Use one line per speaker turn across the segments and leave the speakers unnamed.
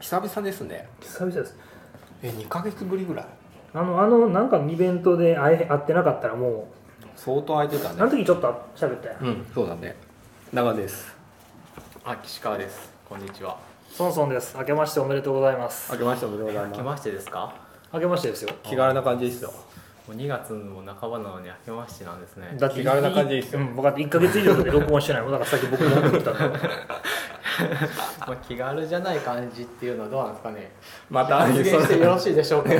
久々ですね
久々です
え2ヶ月ぶりぐらい
あのあのなんかのイベントで会え会ってなかったらも
相当空いてた
うあの
ね
時ちょっと喋ったよ、
うんそうだね長です
あ、岸川です。こんにちは。
ソンソンです明けましておめでとうございます
明けましておめでとうござい
明け
ま
ましてですか。
明けましてですよ
す気軽な感じですよ
もう2月も半ばなのに明けましてなんですね。
だって
気軽な感じですよ
うん、僕だって1か月以上で録音してないもんだからさっき僕に文句言っ たんだ
まあ気軽じゃない感じっていうのはどうなんですかね。
また
発言してよろしいでしょうか。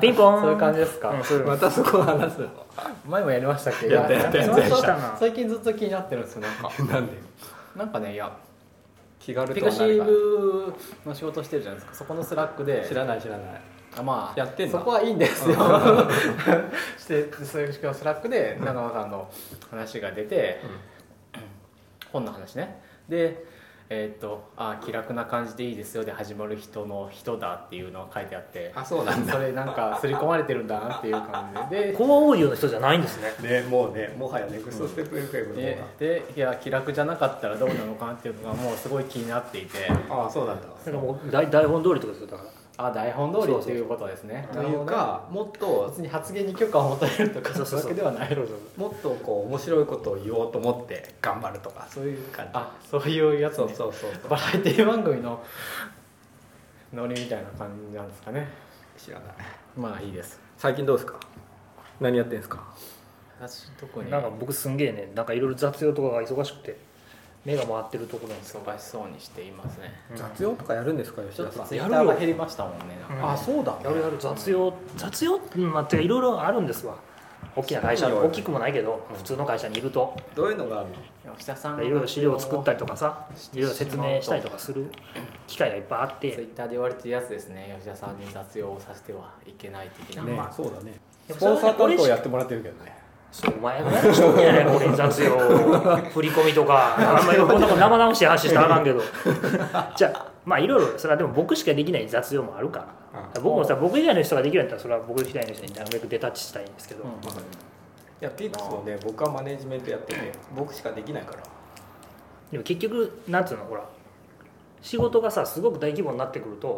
ピンポーン
そういう感じですか。
うんそういう
またそこ話すの
前もやりましたっけ。
やったやったやった
い
やったな
最近ずっと気になってるんですよ。なんか、
なんで
なんかね、いや、
気軽
ピ
と
ク
は
シ
何か
ブの仕事してるじゃないですか。そこのスラックで。
知らない知らない
あまあ
やってんの
そこはいいんですよ してそういう今日スラックで長野さんの話が出て、本の話ねでえーっと「あ気楽な感じでいいですよ」で始まる人の人だっていうのが書いてあって
あそうなんだ
それなんか刷り込まれてるんだなっていう感じでで
コアオーディオの人じゃないんですね
ねもうねもはやネクストステップ FM の
で
方
でいや気楽じゃなかったらどうなのかなっていうのがもうすごい気になっていて
がああそうなんだ
なんかもう台台本通りってことですよだか
あ台本通りっていうことですね
というかもっと
別に発言に許可を求めるとか
そう
そ
そうそう
ういうわけではない
もっとこう面白いことを言おうと思って頑張るとかそういう感じ
あそういうやつ、ね、
そうそうそうそう
バラエティ番組のノリみたいな感じなんですかね
知らない
まあいいです
最近どうですか何やってんですから
私特
ら
に
なんか僕すんげえねなんかいろいろ雑用とかが忙しくて目が回ってるところなんですよ
忙しそうにしていますね
雑用とかやるんですか吉
ちょ
田
っと
さん
ツイッターが減りましたもんねなんか
うん
あそうだ
やるやる雑用雑用うんまあてかいろいろあるんですわ大きな会社
そうよ
大きくもないけど普通の会社にいると
どういうのがあるの
吉田さん
いろいろ資料を作ったりとかさいろいろ説明したりと
か
かする機会がいっぱいあっ
ツイ
て
ッターで言われてるやつですね吉田さんに雑用をさせてはいけない的な、
ね
まあ
そうだね
や
スポンサー担当や
っ
ってもらってるけどね
そうお前がやる人じゃない俺に雑用振り込みとかあんまりこんなこと生直して話したらあかんけどじゃあまあいろいろそれはでも僕しかできない雑用もあるから
う
僕もさ僕以外の人ができるんだったらそれは僕以外の人になるべくデタッチしたいんですけど、
うん
いやピックスのね僕はマネジメントやってて僕しかできないから
でも結局なんつうのほら仕事がさすごく大規模になってくると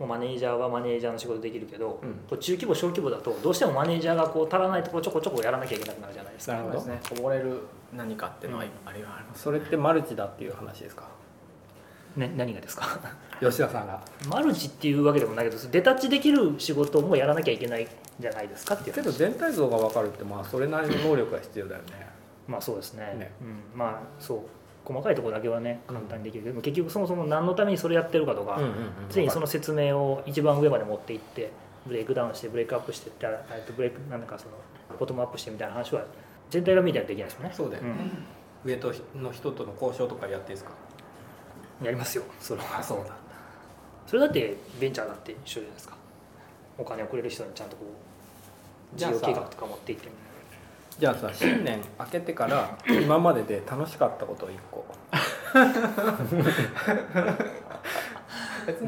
もうマネージャーはマネージャーの仕事できるけど、
うん
こう中規模小規模だとどうしてもマネージャーがこう足らないところちょこちょこやらなきゃいけなくなるじゃないですか
なる
そうですねこぼれる何かっていうのはありはあります
それってマルチだっていう話ですか
ね何がですか
吉田さんが
マルチっていうわけでもないけどデタッチできる仕事もやらなきゃいけないんじゃないですかっていう
けど全体像が分かるってまあそれなりの能力が必要だよね
まあそうですね
ね
うん、まあそう細かいところだけはね簡単にできるけど、でも結局そもそも何のためにそれやってるかとか、常にその説明を一番上まで持っていってブレイクダウンしてブレイクアップしてってあえっとブレイクなんだかそのボトムアップしてみたいな話は全体が見たらできないですよね
そうだよね上との人との交渉とかやっていいですか
うんやりますよそれは
そうなんだ
それだってベンチャーだって一緒じゃないですかお金をくれる人にちゃんとこう
じゃ
事
あ
業
さ
計画とか持っていって
じゃあさ新年明けてから今までで楽しかったことを1個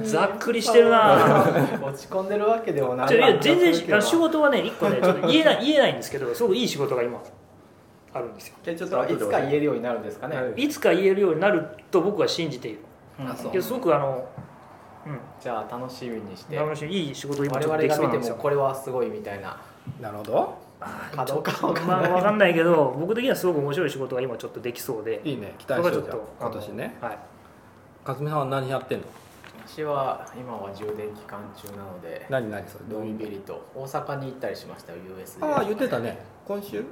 ざっくりしてるな
落ち込んでるわけでもない
じゃあいや全
するけ
然
ど
あ仕事はね一個ねちょっと言えない言えないんですけどすごくいい仕事が今あるんですよ
じゃあちょっ
それ
と
はいつか言えるようになるんですかね
なる
いつか言えるようになると僕は信じている
うん
あそう
いやすごくあの、うん、
じゃあ楽しみにして我
楽しいいい仕事今ちょっ
々
とできそうな
が
ん
見
で
て
す
も
よ
これはすごいみたいな
なるほど
かどうかわかん
ま
な
あ
い
分かんないけど僕的にはすごく面白い仕事が今ちょっとできそうで
いいね期
それ
待
が
し
ち
て
ょ
る
っ
じゃん
と
今年ね
あのはい
かずみさんは何やってんの
私は今は充電期間中なので
何何それど
の
うい
ん
う
びりと大阪に行ったりしましたよ USJ
ああ言ってたね今週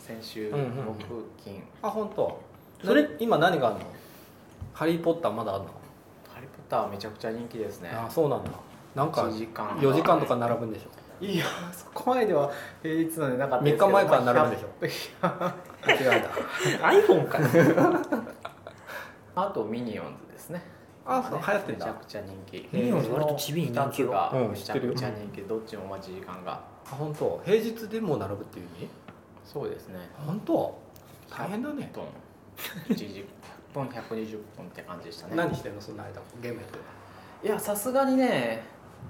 先週
うん
木
うんうん
金
あ本当。
そ
そ
れ
れ今何があるのハリー・ポッターまだあるの
ハリー・ポッターはめちゃくちゃ人気ですね
ああそうなんだなんか
1時間
4時間とか並ぶんでしょ
いやそこまででは平日なんでなかったですけど
三日前から並ぶでしょ
まあいや
間違えた
iPhone かよ
あとミニオンズですね
あそう流行ってん
めちゃ
だ
くちゃ人気
ミニオンズ
割と地味に人気よ
が
うん
め
知
ち
っ
ゃ
てる
くちゃ人気どっちも待ち時間が
あ本当。平日でもう並ぶっていう意味
そうですね
本当。大変だね
100分1分120分って感じでしたね
何してんのその間ゲームやってる
いやさすがにね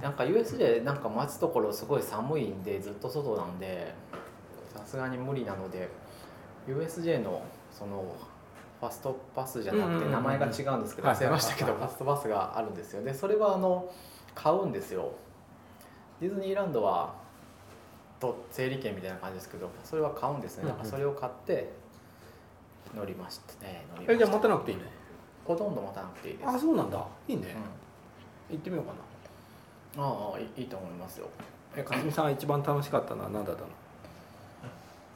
なんか USJ なんか待つところすごい寒いんでずっと外なんでさすがに無理なので USJ のそのフファストパスじゃな
うんうんうん
く
う
て
ん
名前が違うんですけど
はいは
忘
い
れ
はい
ましたけどファストパスがあるんですよねそれはあの買うんですよディズニーランドはと整理券みたいな感じですけどそれは買うんですねだからそれを買って乗りましたね乗りま
え
し
じ
た
ゃあ待たなくていいね
ほとんど待たなくていいです、うん
あそうなんだいいね、
あ
行ってみようかな
あいいいいと思いますよ
えかすみさんが一番楽しかったのは何だったの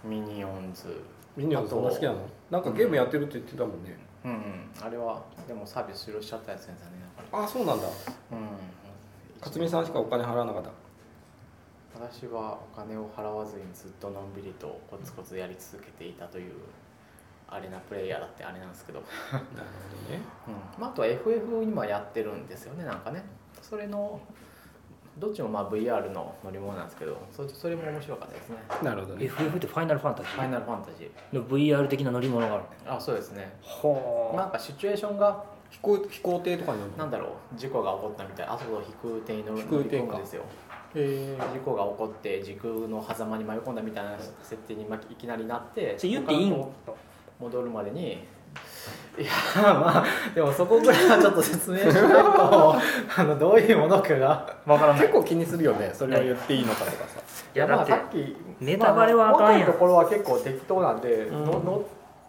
ミニオンズ
みんなそんな好きなのなんかゲームやってるって言ってたもんね、
うん、うん、あれはでもサービス終了しちゃったやつですよねだか
あそうなんだ
らうん
勝美さんしかお金払わなかった
私はお金を払わずにずっとのんびりとコツコツやり続けていたというアレナプレイヤーだってあれなんですけど、
なるほどね
まあ、あとは FF を今やってるんですよねなんかねそれのどっちもまあ VR の乗り物なんですけどそそれも面白かったですね
なるほど
FF ってファイナルファンタジ
「ファイナルファンタジー
ーの VR 的な乗り物がある」
あそうですね
ほ
なんかシチュエーションが
飛行飛行艇とかに乗るの
なんだろう事故が起こったみたいなあそうそう飛空艇に乗る
飛空艇か
乗り込むんですよ
へえ
事故が起こって時空の狭間に迷い込んだみたいな設定にまいきなりなって
それ言っていいん
ここからこう戻るまでにいやまあでもそこぐらいはちょっと説明しない とあのどういうものかが
わからない
結構気にするよねそれを言っていいのかとかさ
いや
ま
だ
あ
って
さっき
ネタバレはあかんやん
まあ、持ってるところは結構適当なんで、
ん
のの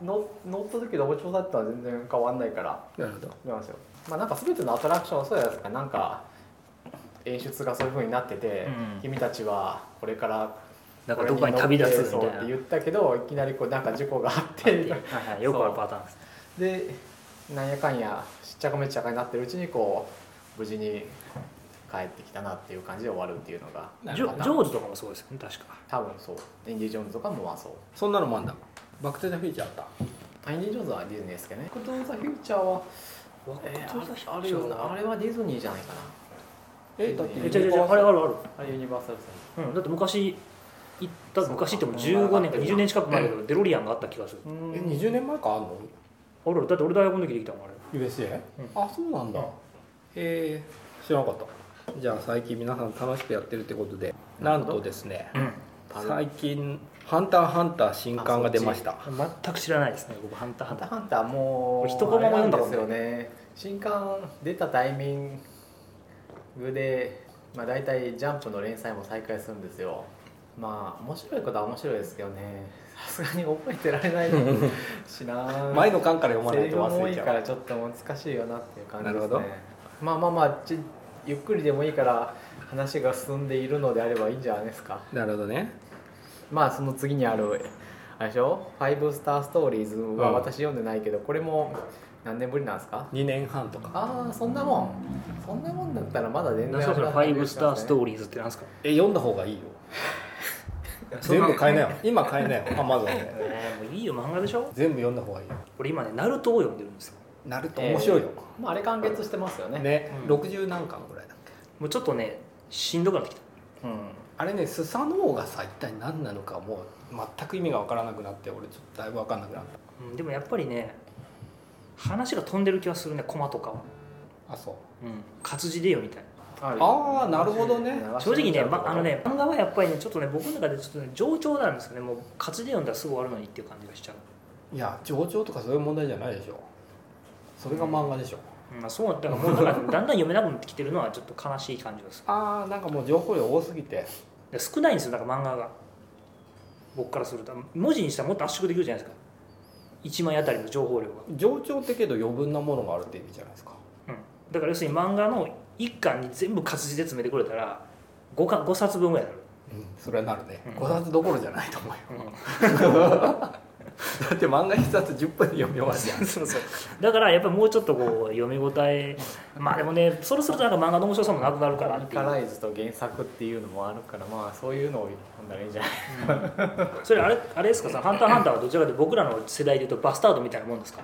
の乗った時のお調査ってのは全然変わんないから
なるほど
見ますよまあなんか全てのアトラクションはそうじゃないですかなんか演出がそういう風になってて、
うん
君たちはこれから
なんかどこかに旅立つみ
そうったて
い
言
な
ったけどいきなりこうなんか事故があって
はいはいよくあるパターンです
でなんやかんやしっちゃかめっちゃかになってるうちにこう無事に帰ってきたなっていう感じで終わるっていうのが
な
ジ
る
ョ
ほど
ジョーズとかもそうですよね確か
多分そうインディ・ジョーンズとかもまあそう
そんなのもあんだバック・トゥ・ザ・フューチャーあった
あインディ・ジョーンズはディズニーですけどね「クトゥ・ザ・フューチャーは」
ワク
え
ワク
ー、ああるよなあれはディズニーじゃないかな
えだって
えちゃちゃちゃあれあるある
あれユニバーサルさん
うん、だって昔行った
そうか
昔ってもう15年か20年近く前だけどデロリアンがあった気がする
う
え
ん
20年前かあんの
あれだって俺大学の時できたもんあれ
USA、
うん
あそうなんだ、
うん
へえ知らなかったじゃあ最近皆さん楽しくやってるってことでなんとですね最近「ハンターハンター」新刊が出ました
うん、全く知らないですね僕ハンターハ
ハ
ン
ン
タ
タ
ー
ーハンターもう
一コマも読んだ
あれ
こと
なん
ない
ですよね新刊出たタイミングで、まあ、大体ジャンプの連載も再開するんですよまあ面白いことは面白いですけどねさすがに覚えてられないしな
前の巻から読ま
セ
な
リ
い
フ
と
も
忘
多い
れち
か
ゃ
ら
う
ちょっと難しいよなっていう感じ
な
で
るほ
す
ど
ねまあまあまあちゆっくりでもいいから話が進んでいるのであればいいんじゃないですか
なるほどね
まあその次にあるあれでしょ「ファイブスターストーリーズ」は私読んでないけど、これも何年ぶりなんですか
2年半とか
ああそんなもんそんなもんだったらまだ全然
何すかそれファイブスタースト
ー
ーリーズってなんですか
え読んだ方がいい よ全部買えなよ今買え なよアマゾンで
えーもういいよ漫画でしょ
全部読んだ方がいいよ
俺今ねナルトを読んでるんですよ
なると面白いよ、
まああれ完結してますよね
ね、
うん
60何巻ぐらいだっけ
もうちょっとねしんどくなってきた
うん
あれねスサノオがさ一体何なのかもう全く意味が分からなくなって俺ちょっとだいぶ分かんなくなっ
うんでもやっぱりね話が飛んでる気がするねコマとかは、
たあそう
うん、活字でよみたい
あーなるほどね
な正直ね、ま、あのね漫画はやっぱりねちょっとね僕の中でちょっとね冗長なんですよねもう活字で読んだらすぐ終わるのにっていう感じがしちゃう
いや上長とかそういう問題じゃないでしょそれが漫画でしょ、
まあ、そうだったらもうなんかだんだん読めなくなってきてるのはちょっと悲しい感じです
ああなんかもう情報量多すぎて
で少ないんですよなんか漫画が僕からすると文字にしたらもっと圧縮できるじゃないですか1枚あたりの情報量が、
上長ってけど余分なものがあるって意味じゃないですか
うん、だから要するに漫画の1巻に全部活字で詰めてくれたら 5, か5冊分ぐらいに
うんそれはなるね
うん
5冊どころじゃないと思うよ
なる、うん
だって漫画1冊10分で読み終わるじゃん
そうそうだからやっぱりもうちょっとこう読み応えまあでもねそろそろなんか漫画の面白さもなくなるから
ア
っ
ン
てい
カ
う、
ライズと原作っていうのもあるからまあそういうのを読んだらいいんじゃない
それあれあれですかさ「ハンターハンター」はどちらかというと僕らの世代でいうとバスタードみたいなもんですか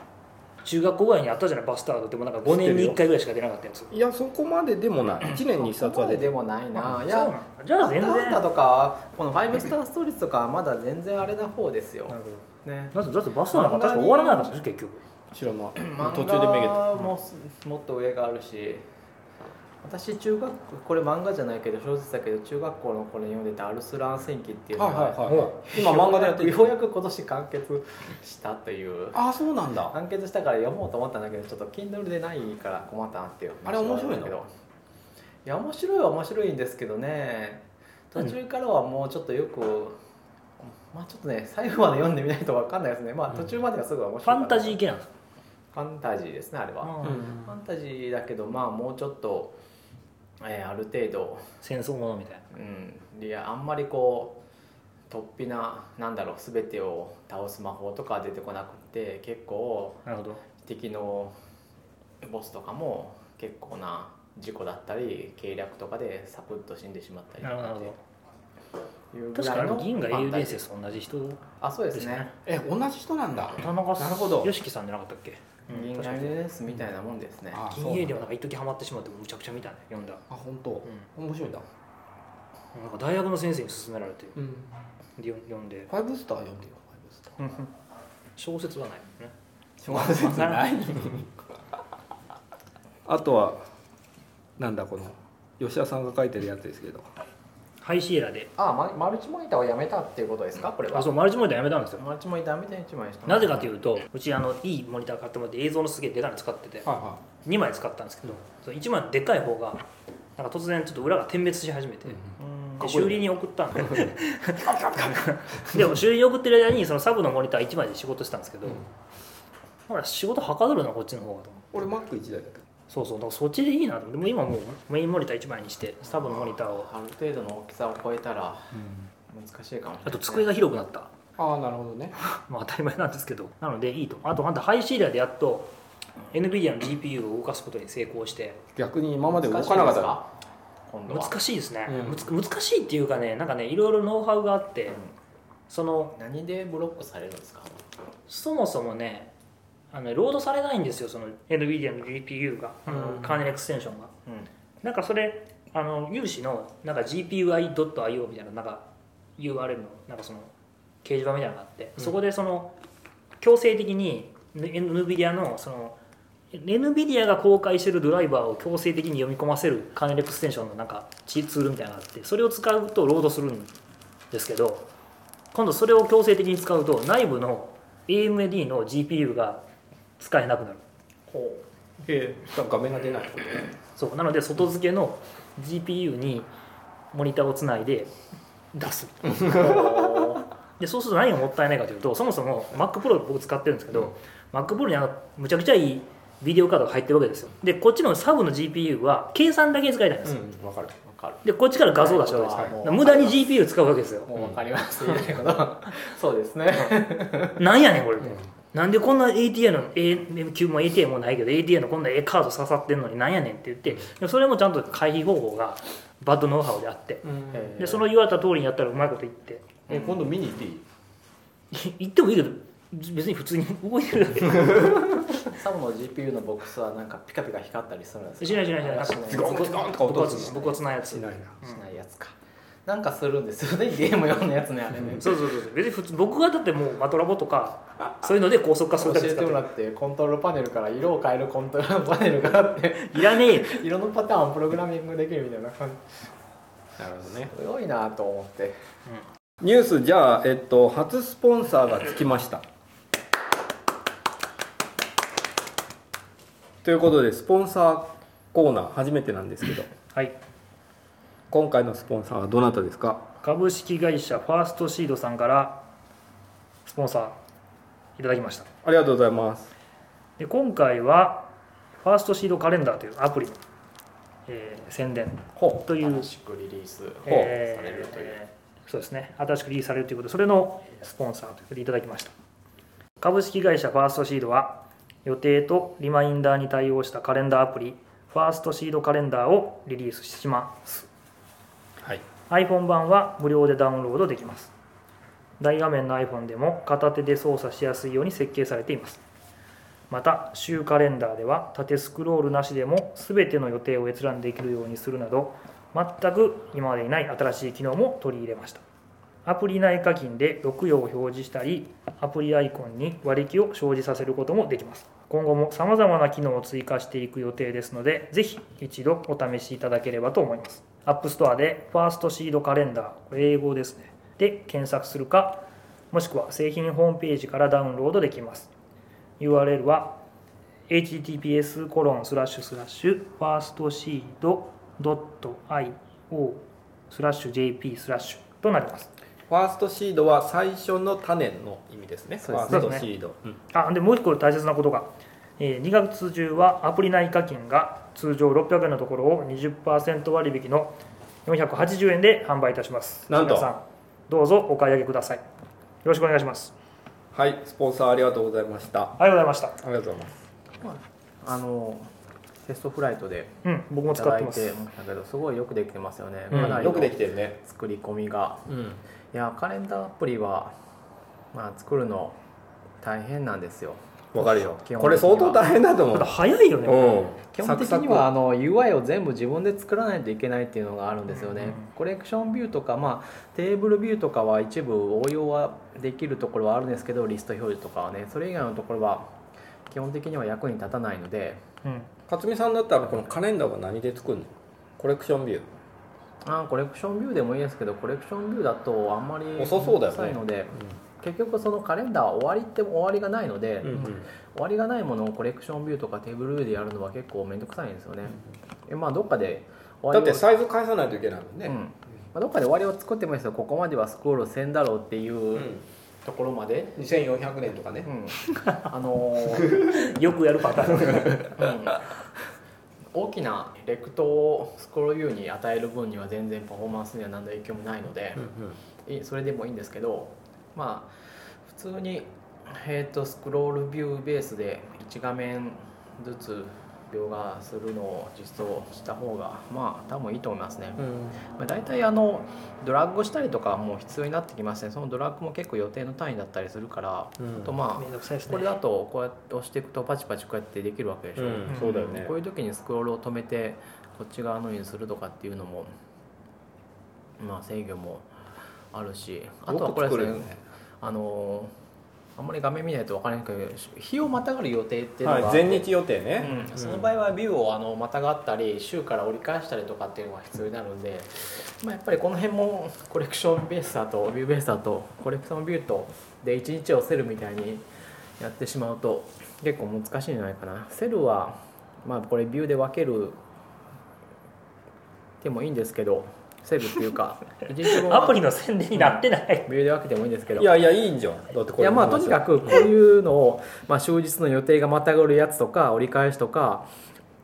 中学校ぐらいにあったじゃないバスタードでもなんか5年に1回ぐらいしか出なかったやつ
いやそこまででもない1年に1冊 は出て
で
る
もないな
あ
い
そう
や
なんじゃあ全然
ハンターとかこの「ファイブスターストーリーズ」とかはまだ全然あれな方ですよ
なるほど
ね
だってだってバスタードなんか確か終わらなかったんですよ結局
知らない
漫
途中でめげた
画ももっと上があるし私中学これ漫画じゃないけど小説だけど中学校の頃に読んでた「アルスラン戦記」っていうの
はい
が、
はいはい今漫画でやってる
ようやく今年完結したという
ああそうなんだ
完結したから読もうと思ったんだけどちょっと Kindle でないから困ったなっていう
あれ面白いの
話はあるんだけどいや面白いは面白いんですけどね途中からはもうちょっとよく、まあちょっとね最後まで読んでみないと分かんないですねまあ途中まではすぐは面
フ
白い
ァンタジー系なんですか
ファンタジーですねあれは、
ん
ファンタジーだけどまあもうちょっと、えーある程度
戦争ものみたいな
うん、いやあんまりこう突飛ななんだろう全てを倒す魔法とかは出てこなくて結構
なるほど
敵のボスとかも結構な事故だったり計略とかでサクッと死んでしまったりと
なるほどなるほ
かっていう
ど
ぐ
確からにあ
い
の
の
銀河英雄伝
ファンタジー
説と同じ人
あそうで
ですす
ね
ね
え同じ人なんだ
田中
なるほど
y o さんじゃなかったっけ、うん
銀河英雄ですみたいなもんですね
あ
銀英
そ
で
うな
もなんんか一時ハマってしまってむちゃくちゃ見たね読んだ、
あ本当
う
面白いんだ
ん、なんか大学の先生に勧められて
うん
で読読んで
ファイブスター読んでよファイブスター
小説はないね
小説ないあとはなんだこの吉田さんが書いてるやつですけど
ハイシエラで
あママルチモニターをやめたっていうことですかこれは
あそうマルチモニターやめたんですよ
マルチモニターみたいに一枚した
なぜかというとうちあのいいモニター買ってもらって映像のすげえでかいの使ってて
はいは
2枚使ったんですけどその1枚のでかい方がなんか突然ちょっと裏が点滅し始めて、
うん
で修理に送 ったんででも修理に送ってる間にそのサブのモニター1枚で仕事してたんですけど、ほら仕事はかどるなこっちの方がと思って
俺マック1台だけど
そうそうだからそっちでいいなと思ってもう今もうメインモニター1枚にしてサブのモニターを
ある程度の大きさを超えたら難しいかもしれない、
あと机が広くなった
ああなるほどね
まあ当たり前なんですけどなのでいいとあとあんたハイシーラでやっと NVIDIA の GPU を動かすことに成功して
逆に今まで動かなかったら
今度は
難しいですね、
うん
むつ難しいっていうかねなんかねいろいろノウハウがあって、その
何でブロックされるんですか
そもそもねあのロードされないんですよその NVIDIA の GPU が、あの
うん
カーネルエクステンションが
うん
なんかそれあの有志のなんか GPUI.io みたいななんか URL のなんかその掲示板みたいなのがあって、
うん
そこでその強制的に NVIDIA のその NVIDIA が公開してるドライバーを強制的に読み込ませるカーネルエクステンションのなんかチツールみたいなのがあってそれを使うとロードするんですけど今度それを強制的に使うと内部の AMD の GPU が使えなくなる
ほ
ええ画面が出ない
そうなので外付けの GPU にモニターをつないで 出す
う
でそうすると何がもったいないかというとそもそも MacPro 僕使ってるんですけど、MacPro にあのむちゃくちゃいいビデオカードが入ってるわけですよでこっちのサブの GPU は計算だけ使いたいんですよ、
んわかる
わかる
でこっちから画像を出したわけですよ
はい
だから無駄に GPU 使うわけですよ
もうわかります言いたいことそうですね
なんやねんこれ、なんでこんな ATA の AMQ も ATA もないけど ATA のこんなええカード刺さってんのになんやねんって言ってでもそれもちゃんと回避方法がバッドノウハウであって
え
でその言われた通りにやったらうまいこと言って
え今度見に行っていい
言ってもいいけど別に普通に動いてるだけ
サムの GPU のボックスはなんかピカピカ光ったりするんですか
しないしないしない
ズコンズコンとか音
僕
が
は
する
僕はつないやつ
しないな
しないやつかなんかするんですよねゲーム用のやつねあれね
そうそうそうそう別に普通僕がだってもうマトラボとかそういうので高速化す
教
るだけ
え
使
て
って
もらってコントロールパネルから色を変えるコントロールパネルがあって
いらねえよ
色のパターンをプログラミングできるみたいな感じ
なるほどね
すごいなと思って
ニュースじゃあえっと初スポンサーがつきましたということでスポンサーコーナー初めてなんですけど
はい
今回のスポンサーはどなたですか
株式会社ファーストシードさんからスポンサーいただきました
ありがとうございます
で今回はファーストシードカレンダーというアプリの、えー宣伝
ほ
という
新しくリリース
ほう
えー
されるという
そうですね新しくリリースされるということでそれのスポンサーということでいただきました株式会社ファーストシードは予定とリマインダーに対応したカレンダーアプリファーストシードカレンダーをリリースします
はい
iPhone 版は無料でダウンロードできます大画面の iPhone でも片手で操作しやすいように設計されていますまた週カレンダーでは縦スクロールなしでも全ての予定を閲覧できるようにするなど全く今までにない新しい機能も取り入れましたアプリ内課金で6曜を表示したりアプリアイコンに割り気を生じさせることもできます今後もさまざまな機能を追加していく予定ですのでぜひ一度お試しいただければと思います App Store で「ファーストシードカレンダー」これ英語ですねで検索するかもしくは製品ホームページからダウンロードできます URL は https コロンスラッシュスラッシュファーストシード .io スラッシュ JP スラッシュとなります
ファーストシードは最初の種の意味ですね
そうです
ファーストシード、うん
あでもう一個大切なことが、えー2月中はアプリ内課金が通常600円のところを20%割引の480円で販売いたします
なんと
皆さんどうぞお買い上げくださいよろしくお願いします
はいスポンサーありがとうございましたあ
ありがとうございまし
りがとうございます
あのテストフライトで
たうん僕
い
も
た
使っ
だい
て
て
ま
ますしたけどすごいよくできてますよね、
うん
かなり
よ
の
くできてるね
作り込みが
うん
いやカレンダーアプリは、まあ、作るの大変なんですよ
わかるよ
基本的には
これ相当大変だと思
た
う
だ早いよね
うん
基本的にはあの UI を全部自分で作らないといけないっていうのがあるんですよね、
うん
コレクションビューとか、まあ、テーブルビューとかは一部応用はできるところはあるんですけどリスト表示とかはねそれ以外のところは基本的には役に立たないので
うん
克美さんだったらこのカレンダーは何で作るのコレクションビュー
あコレクションビューでもいいですけどコレクションビューだとあんまり
遅そうだよね
遅いので結局そのカレンダーは終わりって終わりがないので、
うんうん
終わりがないものをコレクションビューとかテーブルビューでやるのは結構面倒くさいんですよね、えまあどっかで終わり
だって
を
サイズ返さないといけないもん
うん
ね、
まあ、どっかで終わりを作ってもいいですけどここまではスクロールせんだろうっていううところまで、
2400年とかね
うん あのー
よくやるパターン
うん大きなレクトをスクロールビューに与える分には全然パフォーマンスには何の影響もないので、いいそれでもいいんですけどまあ普通に、えー、とスクロールビューベースで1画面ずつ描画するのを実装した方がまあ多分いいと思いますね。
うん
まあ、大体あのドラッグしたりとかはもう必要になってきますねそのドラッグも結構予定の単位だったりするから、
うん
あとま
めんどくさいです
あ
ね
これだとこうやって押していくとパチパチこうやってできるわけでしょ、
うん
そうだよ
こういう時にスクロールを止めてこっち側のようにするとかっていうのもまあ制御もあるしあとはこれですね
よく作るよね
あのあんまり画面見ないと分からないけど日をまたがる予定っていうのが、
はい全日予定ね
うん、その場合はビューをあのまたがったり週から折り返したりとかっていうのが必要になるんで、まあ、やっぱりこの辺もコレクションベースだとビューベースだとコレクションビューとで1日をセルみたいにやってしまうと結構難しいんじゃないかなセルは、まあ、これビューで分けるでもいいんですけどセルっていうか一日分は
アプリの宣伝になってない、
ビューで分けてもいいんですけど
いやいやいいんじゃんだってこれ
いやまあとにかくこういうのを、まあ、終日の予定がまたがるやつとか折り返しとか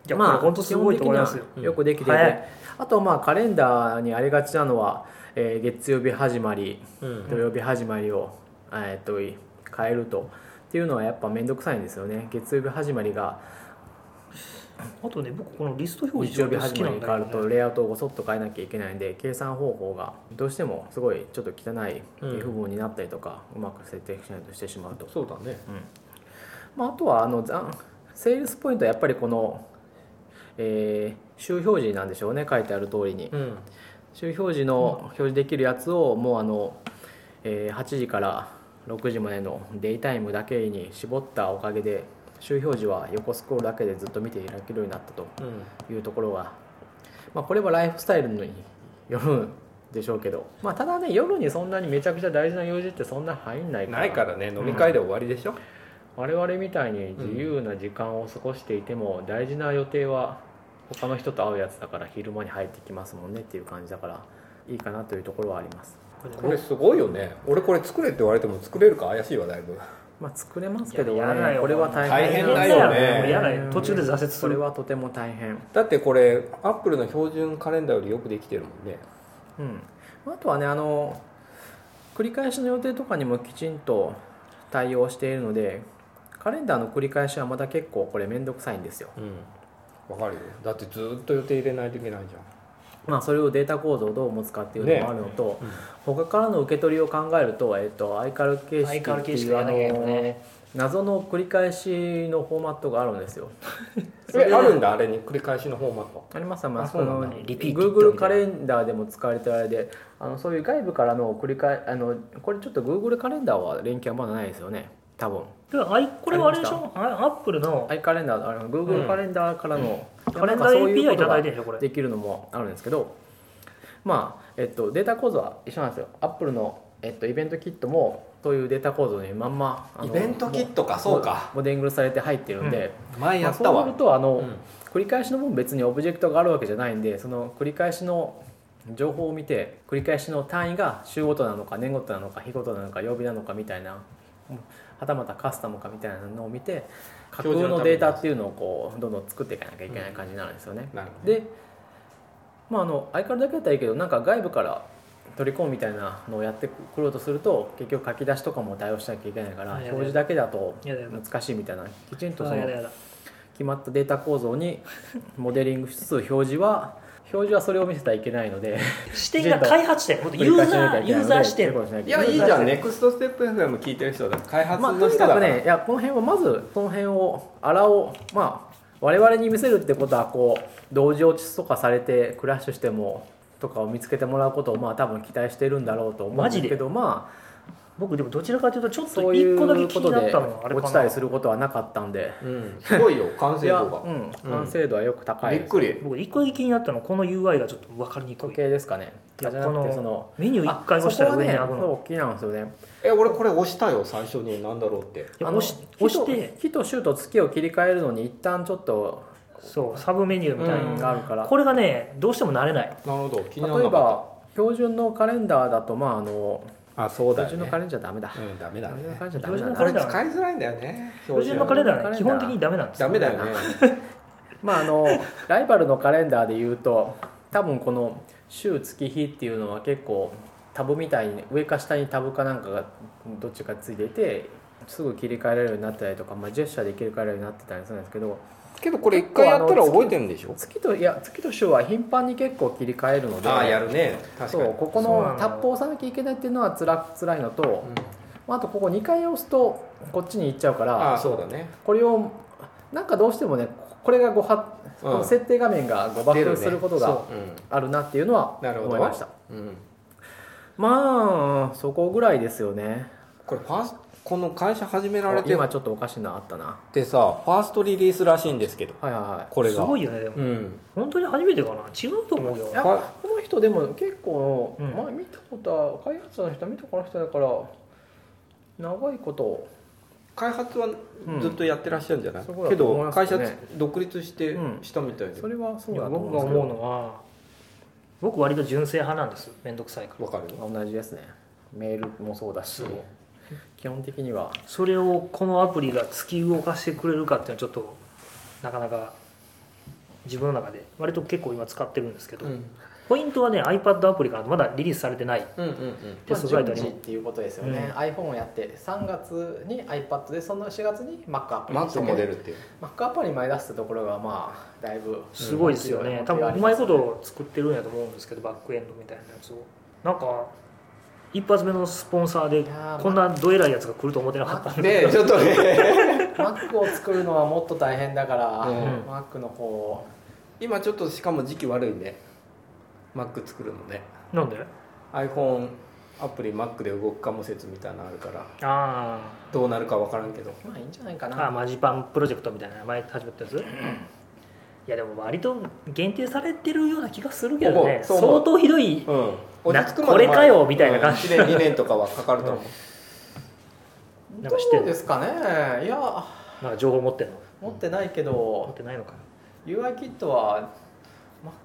いやこれ本当すごいと思いますよ
基本的にはよくできてて、
うんはい
あとまあカレンダーにありがちなのは、えー月曜日始まり
うん
土曜日始まりを、えー、と変えるとっていうのはやっぱ面倒くさいんですよね月曜日始まりが
あとね僕このリスト表
日
示
曜日
好
始
き
ま
な
り
ん
に
だ
変わ
よ
る
ね
とレイアウトをごそっと変えなきゃいけないんで計算方法がどうしてもすごいちょっと汚い
うん
不分になったりとか、うまく設定しないとしてしまうと
そうだね
まあ、あとはあのざんセールスポイントはやっぱりこの、えー週表示なんでしょうね書いてある通りに
うん
週表示の表示できるやつをもうあの、えー8時から6時までのデイタイムだけに絞ったおかげで週表示は横スクロールだけでずっと見ていられるようになったと
うん
いうところが、まあ、これはライフスタイルによるんでしょうけど、まあ、ただね夜にそんなにめちゃくちゃ大事な用事ってそんな入んないから
ないからね飲み会で終わりでしょ、
我々みたいに自由な時間を過ごしていても、大事な予定は他の人と会うやつだから昼間に入ってきますもんねっていう感じだからいいかなというところはあります、
これすごいよね俺これ作れって言われても作れるか怪しいわだいぶ
まあ、作れますけど
いややだ
ね
よ
これは大変
大変だよね
もうやだよ途中で挫折す
これ
る
はとても大変
だってこれアップルの標準カレンダーよりよくできてるもんね
うんあとはねあの繰り返しの予定とかにもきちんと対応しているのでカレンダーの繰り返しはまだ結構これ面倒くさいんですよ
うんわかるよだってずっと予定入れないといけないじゃん
まあ、それをデータ構造をどう持つかっていうのもあるのと、他からの受け取りを考えると,、えっとアイカル形式
アイカル
って
形
い
式
う
や
あ
らなきゃいけない
の謎の繰り返しのフォーマットがあるんですよ。
えあるんだあれに繰り返しのフォーマット
ありますま
あ
あ、
そう
そ
なん
の
だ
リピーティッドみ
Google
た
カ
いな
レンダーでも使われてるあれであのそういう外部からの繰り返あのこれちょっと Google カレンダーは連携はまだないですよね多分
であいこれはあれでしょあアップルの
アイカレンダーあの
う
Google
ん
カレンダーからの、
カレンダ
なんかそう
ー
う
API
こ
い
と
た
が
だいてるでしょこれ
できるのもあるんですけどまあ、えっと、データ構造は一緒なんですよアップルの、えっと、イベントキットもそういうデータ構造にまんまあの
イベントキットか
も
そうか
モデングルされて入ってるんで、
前
ま
や
あ
っ
そ
た
う
わ、
するとあの、
うん
繰り返しの分別にオブジェクトがあるわけじゃないんでその繰り返しの情報を見て繰り返しの単位が週ごとなのか年ごとなのか日ごとなのか曜日なのかみたいなうんはたまたカスタムかみたいなのを見て架空のデータっていうのをこうどんどん作っていかなきゃいけない感じになるんですよね。
なるほど
で、まあ、あの相変わらずだけだったらいいけどなんか外部から取り込むみたいなのをやってくようとすると結局書き出しとかも対応しなきゃいけないから
あやだ
表
やだ
示だけだと
やだやだ
難しいみたいなきちんとそ
あや
の
だやだ
決まったデータ構 造にモデリングしつつ表示は表示はそれを見せてはいけないので
視点が開発視点ユーザーユーザー視点
いやいいじゃん
ね
ネクストステップ FM 聞いてる人だ開発
まあ
の
とに
人
か
だから、
くねいやこの辺をまずその辺をあらをまあ我々に見せるってことはこう同時落ちとかされてクラッシュしてもとかを見つけてもらうことをまあ多分期待してるんだろうと思うんですけどまあ
僕でもどちらかというとちょっと
そうい
一個だけ
う
気
こ
に
と
なっ
で
たのはあれか
落
な
ちたりすることはなかったんで
うん、すごいよ完
い
成
や
度
う
が、
ん完成度はよく高い
びっ
です
くり
僕一個だけ気になったのはこの UI がちょっと分かりにくい
時計ですかね
い
じゃ
や
な
こ
くてその
のメニュー一回押したら上に上がる
そ
の
う気なんですよね
え俺これ押したよ最初に何だろうって
いや
あの
押し
火と
押して
火と州と月を切り替えるのに一旦ちょっと
そうサブメニューみたい
があ
な、
るから、
これがねどうしても慣れない
なるほど気になら
例え
なか
ば標準のカレンダーだとまああの
ったあそうだよ
標準の
ね
カレンダーダメだ
うんダメだ
標準の
ね
カレンダーダメ
標
だ
これ使い
準のカレンダー
な
づらいんだよね
標準のカレンダーはね基
標準の
本的
カレンダー
にダメなんです
ダ
よ
メだよね
まああのライバルのカレンダーで言うと多分この週月日っていうのは結構タブみたいに上か下にタブかなんかがどっちかついていてすぐ切り替えられるようになってたりとか、まあ、ジェスチャーで切り替えられるようになってたりするんですけど
けどこれ一回やったら覚えてるんでしょ
月といや月と週は頻繁に結構切り替えるので
ああやるね確
そ
か
う
に
ここ
そうな
の
んだ
タップを押さなきゃいけないっていうのはつら辛いのと、まあ、あとここ2回押すとこっちに行っちゃうか
ああ
ら
そうだね
これをなんかどうしてもねこれがごは、
う
こ
ん
の設定画面が誤爆すること
出る
があるなっていうのは
なるほど
思いました、
うんうん
まあそこぐらいですよね
これファースこの会社始められて
今ちょっとおかしいなあったな
ってさファーストリリースらしいんですけど
はいはいはい
これ
す
が
ごいよねでも
うん
本当に初めてかな違うと思うよ
いや
は
この人でも結構、
うん
前見たことは開発者の人は見たこの人だから長いこと
開発はずっとやってらっしゃるんじゃない、
うん
け
そうだと思い
ど
ます
会社
ね
独立して
うん
したみたいで、
それはそうだと思
僕
うんで
が
すけ
思うのは僕割と純正派なんです面倒くさいから
わかる
ど同じですねメールもそうだし基本的には
それをこのアプリが突き動かしてくれるかっていうのはちょっとなかなか自分の中で割と結構今使ってるんですけど、
うん
ポイントはね iPad アプリからまだリリースされてない
うんうん
テストライトに
順
も
次っていうことですよね、
うん
iPhone をやって3月に iPad でその4月に Mac ア
う
プ
ん
リ
マ
にし
ッ
て
トも出るっていう
Mac アプリに前出したところがまあだいぶ
すごいですよね、
うん
多分うまいことを作ってるんやと思うんですけどバックエンドみたいなやつをなんか一発目のスポンサーで
やー
こんなどえらいやつが来ると思ってなかったん で
でちょっとね
Mac を作るのはもっと大変だから、
うん
Mac の方を
今ちょっとしかも時期悪いね Mac 作るのね
なんで
iPhone アプリ Mac で動くかも説みたいなのあるから
あ
どうなるか分からんけど
まあいいんじゃないか
ーあー
な
マジパンプロジェクトみたいな前始まったやついやでも割と限定されてるような気がするけどね
そう思う
相当ひどい
うん
な
落ち着くまで
これかよみたいな感じ
1年2年とかはかかると思う、
なんかしてん
ど
の
うですかねいや
なんか情報持ってるの
持ってないけ
持っ
ど
てないのかな
UI キットは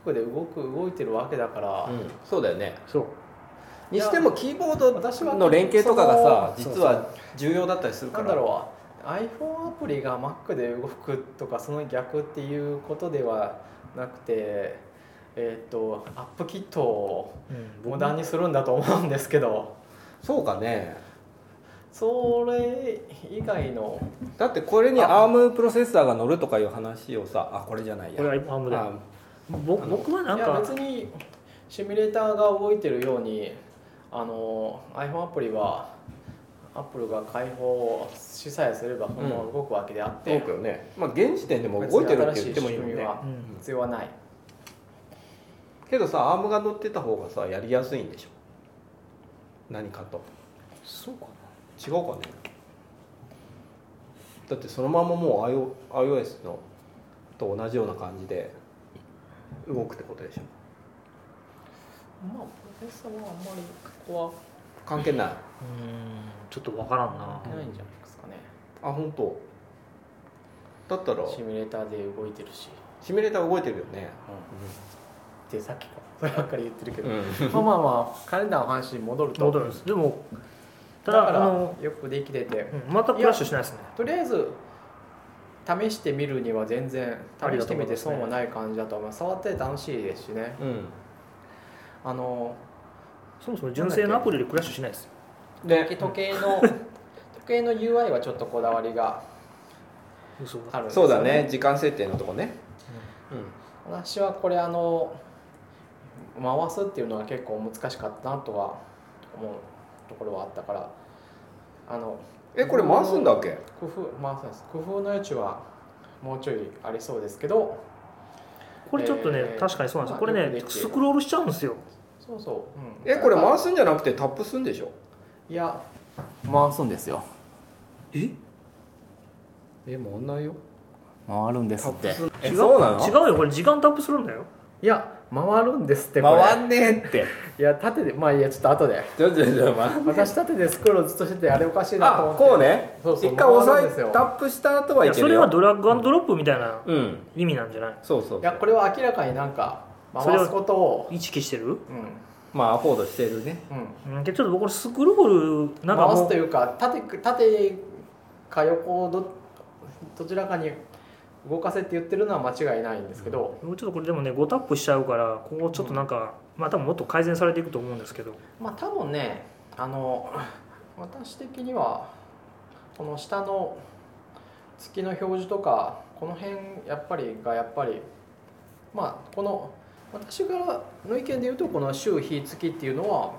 Mac で動く動いてるわけだから、
うんそうだよね
そう
にしてもキーボー
私は
ドの連携とかがさ
その
実は重要だったりするか
な
ら
んだろう iPhone アプリが Mac で動くとかその逆っていうことではなくてえっ、とアップキットを
うん僕
モダンにするんだと思うんですけど
そうかね
それ以外の
だってこれに ARM プロセッサーが乗るとかいう話をさあこれじゃないや
これはアームで
あ
ぼ僕はなん
いや
か
別にシミュレーターが動いてるようにあの iPhone アプリは Apple が開放しさえすればそのまま動くわけであって、
そうかよねまあ現時点でもう動いてるって言ってもいいもん
別に新しい仕組み
ね
は
うん
必要はない
けどさアームが乗ってた方がさやりやすいんでしょ何かと
そうかな
違うかねだってそのままもう iO iOS のと同じような感じで動くってことでしょ
まあプロセッサーはあんまりここは
関係ない
ちょっと分からんな
関係ないんじゃないですかね
あ本当だったら
シミュレーターで動いてるし、
シミュレーター動いてるよね
でさっき からそればっかり言ってるけど、
ん
まあまあまあカレンダーの話に戻ると
戻るんですでもた
だ
だ
から
あの、
よくできてて
うんまたクラッシュしないですね
とりあえず試してみるには全然
ありだ
試し
と
て
思
み
いま
て
すね
損はない感じだと思います触ってて楽しいですしね
うん
あの
そもそも純正のアプリでクラッシュしないですよ
で
時計 の時計の UI はちょっとこだわりが
嘘だ
あるんです
そ
よ
うだね時間設定のとこね
私はこれあの回すっていうのが結構難しかったなとは思うところはあったからあの
うんえこれ回すんだっけ
工夫回すんです工夫の余地はもうちょいありそうですけど
これちょっとね、
えー
確かにそうなんですよこ
まあ
れ
よくで
ね
きてる
スクロールしちゃうんですよ
そうそう、うん、
えこれ
だから
回すんじゃなくてタップすんでしょ
いや回すんですよ
え
え回んないよ
回るんですって
え
違う
そうなの
違うよこれ時間タップするんだよ
いや回るんですってこれ
回んねえって
いや縦でまあいいやちょっと後で
ちょちょちょ回ん
私縦でスクロールずっとしててあれおかしいなと思
あ
って
こうね
そうそう
一回押
回
さ
るんです
え
よ
タップした後はいい
や
け
そ
る
れは
よ
ドラッグアンドドロップみたいな
うん
意味なんじゃない
そうそうそう
いやこれは明らかになんか
それ
回
は
すことを
意識してる
うん
まあアフォードしてるね
うん
うんでちょっと僕これスクロールなんか
回
も
す
う
というか縦く縦か横どどちらかに動かせって言ってるのは間違いないんですけど、
もうちょっとこれでもね5タップしちゃうからここちょっとなんか、まあ多分もっと改善されていくと思うんですけど
まあ多分ねあの私的にはこの下の月の表示とかこの辺やっぱりがやっぱりまあこの私からの意見で言うとこの週日月っていうのは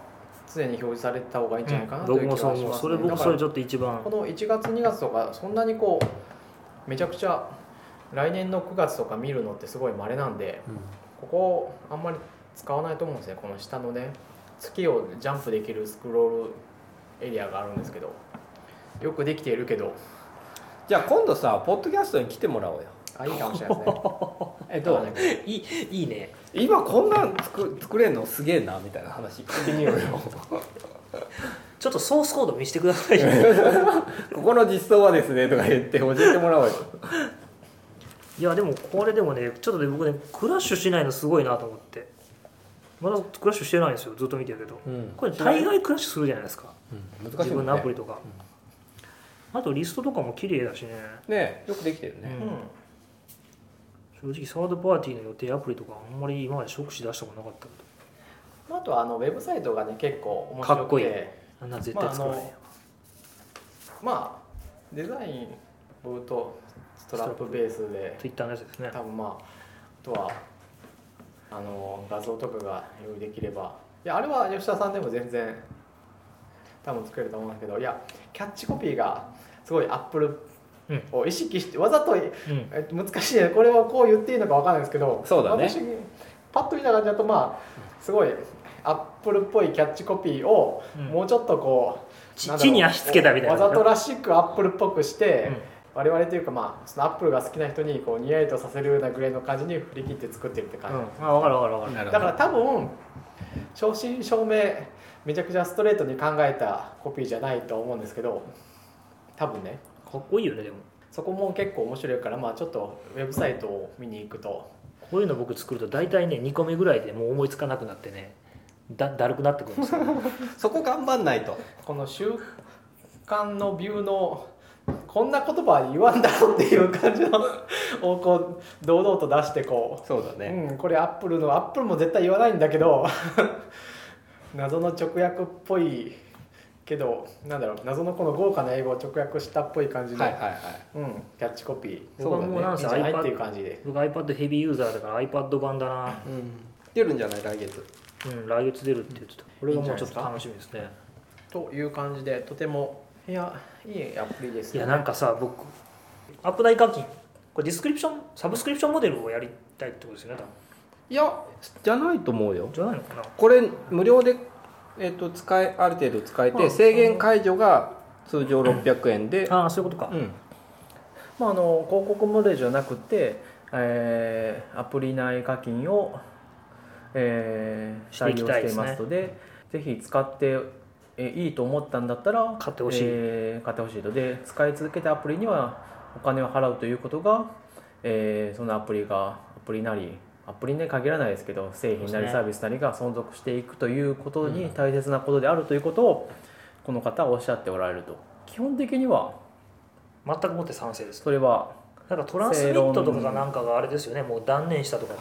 常に表示された方がいいんじゃないかなと
僕
いう気
も
がし
そう思
ます、ね、
うそれ
だ
僕
か
そ
ら
れちょっと一番
この1月2月とかそんなにこうめちゃくちゃ来年の9月とか見るのってすごい稀なんでここあんまり使わないと思うんですねこの下のね月をジャンプできるスクロールエリアがあるんですけどよくできているけど
じゃあ今度さポッドキャストに来てもらおうよ
あいいかもしれない ですね
え
どうだね
いいいいね
今こんなん作作れんのすげえなみたいな話聞いてみようよ
ちょっとソースコード見せてくださ いよ
ここの実装はですねとか言って教えてもらおうよ
いやでもこれでもねちょっとね僕ねクラッシュしないのすごいなと思ってまだクラッシュしてないんですよずっと見てるけど
うん
これ大概クラッシュするじゃないですか
難しい
自
もん
分
ね
のアプリとか、あとリストとかも綺麗だしね
ねよくできてる
う
ね
ん
正直サードパーティーの予定アプリとかあんまり今まで触手出したことなかったけ
あとはあのウェブサイトがね結構面白くて
かっこいいどあんな絶対作らないよ、
まあデザインボートストラップベースで
Twitter のやつですね
多分まああとはあの画像とかが用意できればいやあれは吉田さんでも全然多分作れると思うんですけどいやキャッチコピーがすごいアップル
うん
を意識して、わざと
うん
え難しいねこれをこう言っていいのかわかんないですけど
そうだね
私パッと見た感じだとまあすごいアップルっぽいキャッチコピーを
うん
もうちょっとこう、
ち
なんだろう
地に足つけたみたいな
わざとらしくアップルっぽくして、
うん
我々というかまあそのアップルが好きな人にこうニヤリとさせるようなぐらいの感じに振り切って作ってるって感じ、
うんあ分かる分かる分かる
なる
だ
ほ
から
ど
多分正真正銘めちゃくちゃストレートに考えたコピーじゃないと思うんですけど多分ね
かっこいいよねでも
そこも結構面白いからまあちょっとウェブサイトを見に行くと
こういうの僕作ると大体ね2個目ぐらいでもう思いつかなくなってねだだるくなってくるんですよ
そこ頑張んないと
この習慣のビューのこんな言葉は言わんだろうっていう感じのをこう堂々と出してこう
そうだね
うん、これアップルのアップルも絶対言わないんだけど 謎の直訳っぽいけどなんだろう謎のこの豪華な英語を直訳したっぽい感じの、
はいはいはい
うん、キャッチコピー
そうだね
僕はもうなん
いい
せ
んじゃないってい
iPad
う感じで
僕 iPad ヘビーユーザーだから iPad 版だな
うん出るんじゃない来月
うん来月出るって言ってたこれがもうちょっと楽しみですね
という感じでとてもいやいいアプリです
い
よ
や
ね
なんかさ僕アップ代課金これディスクリプションサブスクリプションモデルをやりたいってことですよね
いやじゃないと思うよ
多分じゃないのかな
これ無料で、えっと使えある程度使え
う
て
ん
制限解除が通常600円で、
ああーそういうことか、
うん、
まあ、あの広告モデルじゃなくて、えーアプリ内課金を、えー
してい
採
き
用
た
し
い
て
です
い
ね
ますのでぜひ使って、えーいいと思ったんだったら
買ってほしい
えー買ってほしいとで使い続けたアプリにはお金を払うということが、えーそのアプリがアプリなりアプリに限らないですけど製品なりサービスなりが存続していくということに大切なことであるということをこの方はおっしゃっておられると基本的には
全くもって賛成です
それは
なんかトランスミットとかがなんかがあれですよねもう断念したとか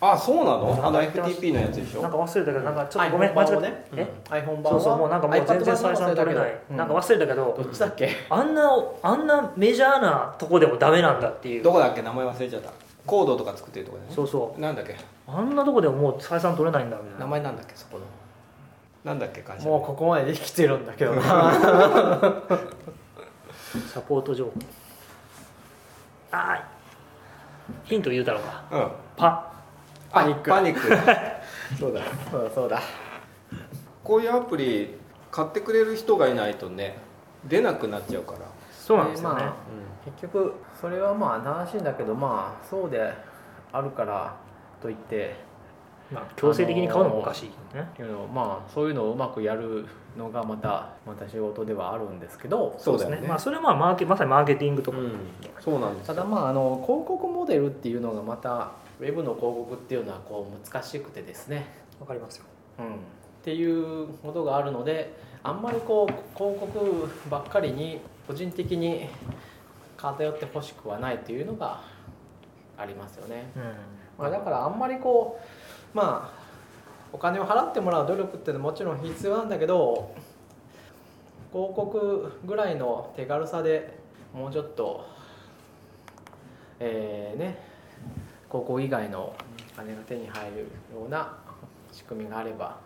あそうなのあの
やってます
FTP のやつでしょ
なんか忘れたけどなんかちょっとごめん間違っ
iPhone
て、
版をね
え
iPhone 版
そ
は
うそうもうなんかもう
iPad 版
全然最初の
も忘
取
れたけ
れ
ど
ない、
う
なんか忘れたけ
ど
ど
っちだっけ
あんなあんなメジャーなとこでもダメなんだっていう
どこだっけ名前忘れちゃったコードとか作ってるとこだよね
そうそ
なんだっけ
うあんなとこでももう採算取れないんだみたい
名
な
前なんだっけそこのなんだっけ会社
もうここまでできてるんだけど な
サポート情報あーヒント言うたのか
うん
パ
パニックパニック だそうだ
そうだそうだ
こういうアプリ買ってくれる人がいないとね出なくなっちゃうから
そうなんですよね、
まあ結局それはまあ正しいんだけどまあそうであるからといって
まあ、強制的に買うのもおかしいね、
けどまあそういうのをうまくやるのがまたまた仕事ではあるんですけど
そうだよね
まあ、それはまあマーケまさにマーケティングと
う
か、
んそうなんです
た
よ
だまああの広告モデルっていうのがまたウェブの広告っていうのはこう難しくてですね
わかりますよ
うんっていうことがあるのであんまりこう広告ばっかりに個人的に偏ってほしくはないというのがありますよね、
うん
まあ、だからあんまりこうまあお金を払ってもらう努力っていうのはもちろん必要なんだけど広告ぐらいの手軽さでもうちょっとえーね広告以外のお金が手に入るような仕組みがあれば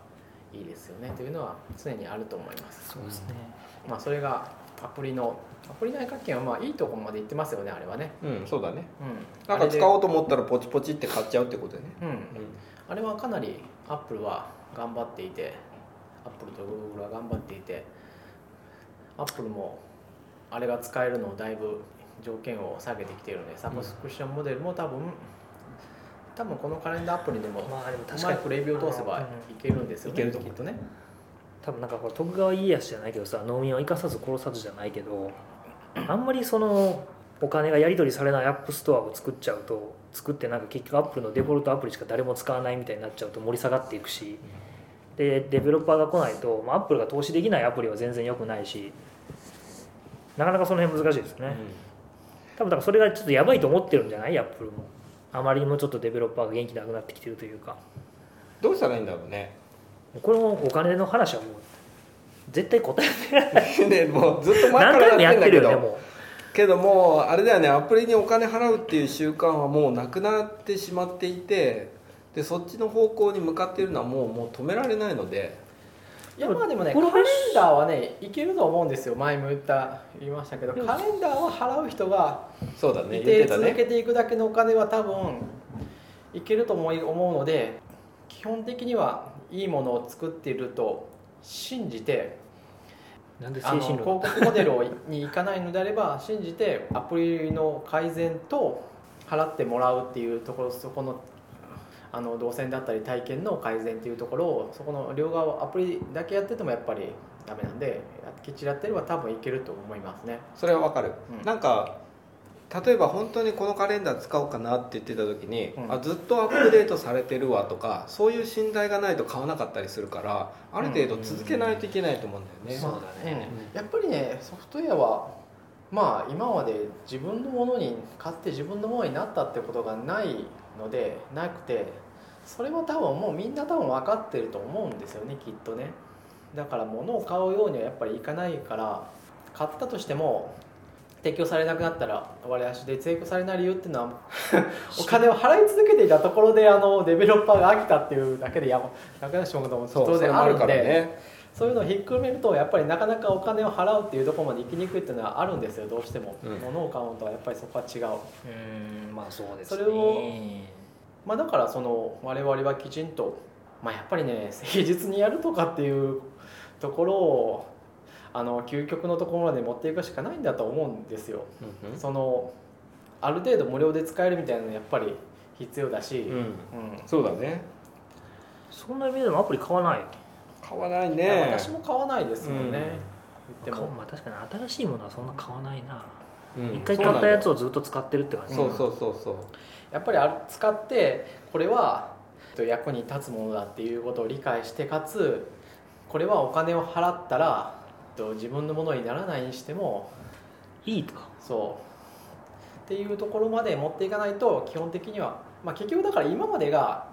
いいですよねというのは常にあると思います。
そうですね、
まあ、それがアプリのアプリ内課金はまあいいところまで行ってますよねあれはね。
うんそうだね
うん、
なん
あ
か
れで
使おうと思ったらポチポチって買っちゃうってことね
うん、あれはかなりアップルは頑張っていてアップルとグーグルは頑張っていてアップルもあれが使えるのをだいぶ条件を下げてきているのでサブスクリプションモデルも多分、多分このカレンダーアプリでもう
まあでも確か
ま
に
くレビューを通せば
う
い
ん
けるんですよね、
いけると
きっとね
多分なんかこれ徳川家康じゃないけどさ農民を生かさず殺さずじゃないけどあんまりそのお金がやり取りされないアップストアを作っちゃうと作ってなんか結局アップルのデフォルトアプリしか誰も使わないみたいになっちゃうと盛り下がっていくしでデベロッパーが来ないと、まあ、アップルが投資できないアプリは全然良くないしなかなかその辺難しいですね、多分だからそれがちょっとやばいと思ってるんじゃないアップルもあまりにもちょっとデベロッパーが元気なくなってきてるというか
どうしたらいいんだろうね
これもお金の話はもう絶対答え
ねもうずっと前
何
から
回も
や
や
っ
って
んだけ
てるよね
ど
もう
けどもうあれだよねアプリにお金払うっていう習慣はもうなくなってしまっていてでそっちの方向に向かっているのはもうもう止められないので
いやまあでもねカ
これ
レンダーはねいけると思うんですよ前も言った言いましたけど
うん
カレンダーを払う人が
そうだね
い
言っててた
続
ね
けていくだけのお金は多分いけると思い思うので基本的にはいいものを作っていると信じて
なんで精
あの
神
広
論
告モデルをに行かないのであれば信じてアプリの改善と払ってもらうっていうところそこのあの動線だったり体験の改善っていうところをそこの両側をアプリだけやっててもやっぱりダメなんできっちりやってれば多分いけると思いますね。
それはわかる、
うん
なんか例えば本当にこのカレンダー使おうかなって言ってた時に、
うん
あずっとアップデートされてるわとかそういう信頼がないと買わなかったりするからある程度続けないといけないと思うんだよね、
まあうんやっぱりねソフトウェアはまあ今まで自分のものに買って自分のものになったってことがないのでなくてそれは多分もうみんな多分分かってると思うんですよねきっとねだから物を買うようにはやっぱりいかないから買ったとしても提供されなくなったら割り足で提供されない理由っていうの はお金を払い続けていたところであのデベロッパーが飽きたっていうだけでやばなくなってしまうことも
そう
当
それ
然
もあ
ある
る
ん
から
で。
ね
そういうのをひっくるめるとやっぱりなかなかお金を払うっていうところまで行きにくいっていうのはあるんですよどうしても、
うん
物を買うのとはやっぱりそこは違う
うんまあそうです
それをまあだからその我々はきちんとまあやっぱりね誠実にやるとかっていうところをあの究極のところまで持っていくしかないんだと思うんですよ
うんうん
そのある程度無料で使えるみたいなのやっぱり必要だし、
う
うん
ん、そうだね
そんな意味でもアプリ買わない
買わない
いや
ね
私も買わないですもんね、
で
言って
も、
も
まあ、確かに新しいものはそんな買わないな
うん
一、回買ったやつ
を
をずっと使ってるって感じ
そうそうそうそう
やっぱりあれ使ってこれはえっと役に立つものだっていうことを理解してかつこれはお金を払ったらえっと自分のものにならないにしても
いいとか
そうっていうところまで持っていかないと基本的には、まあ、結局だから今までが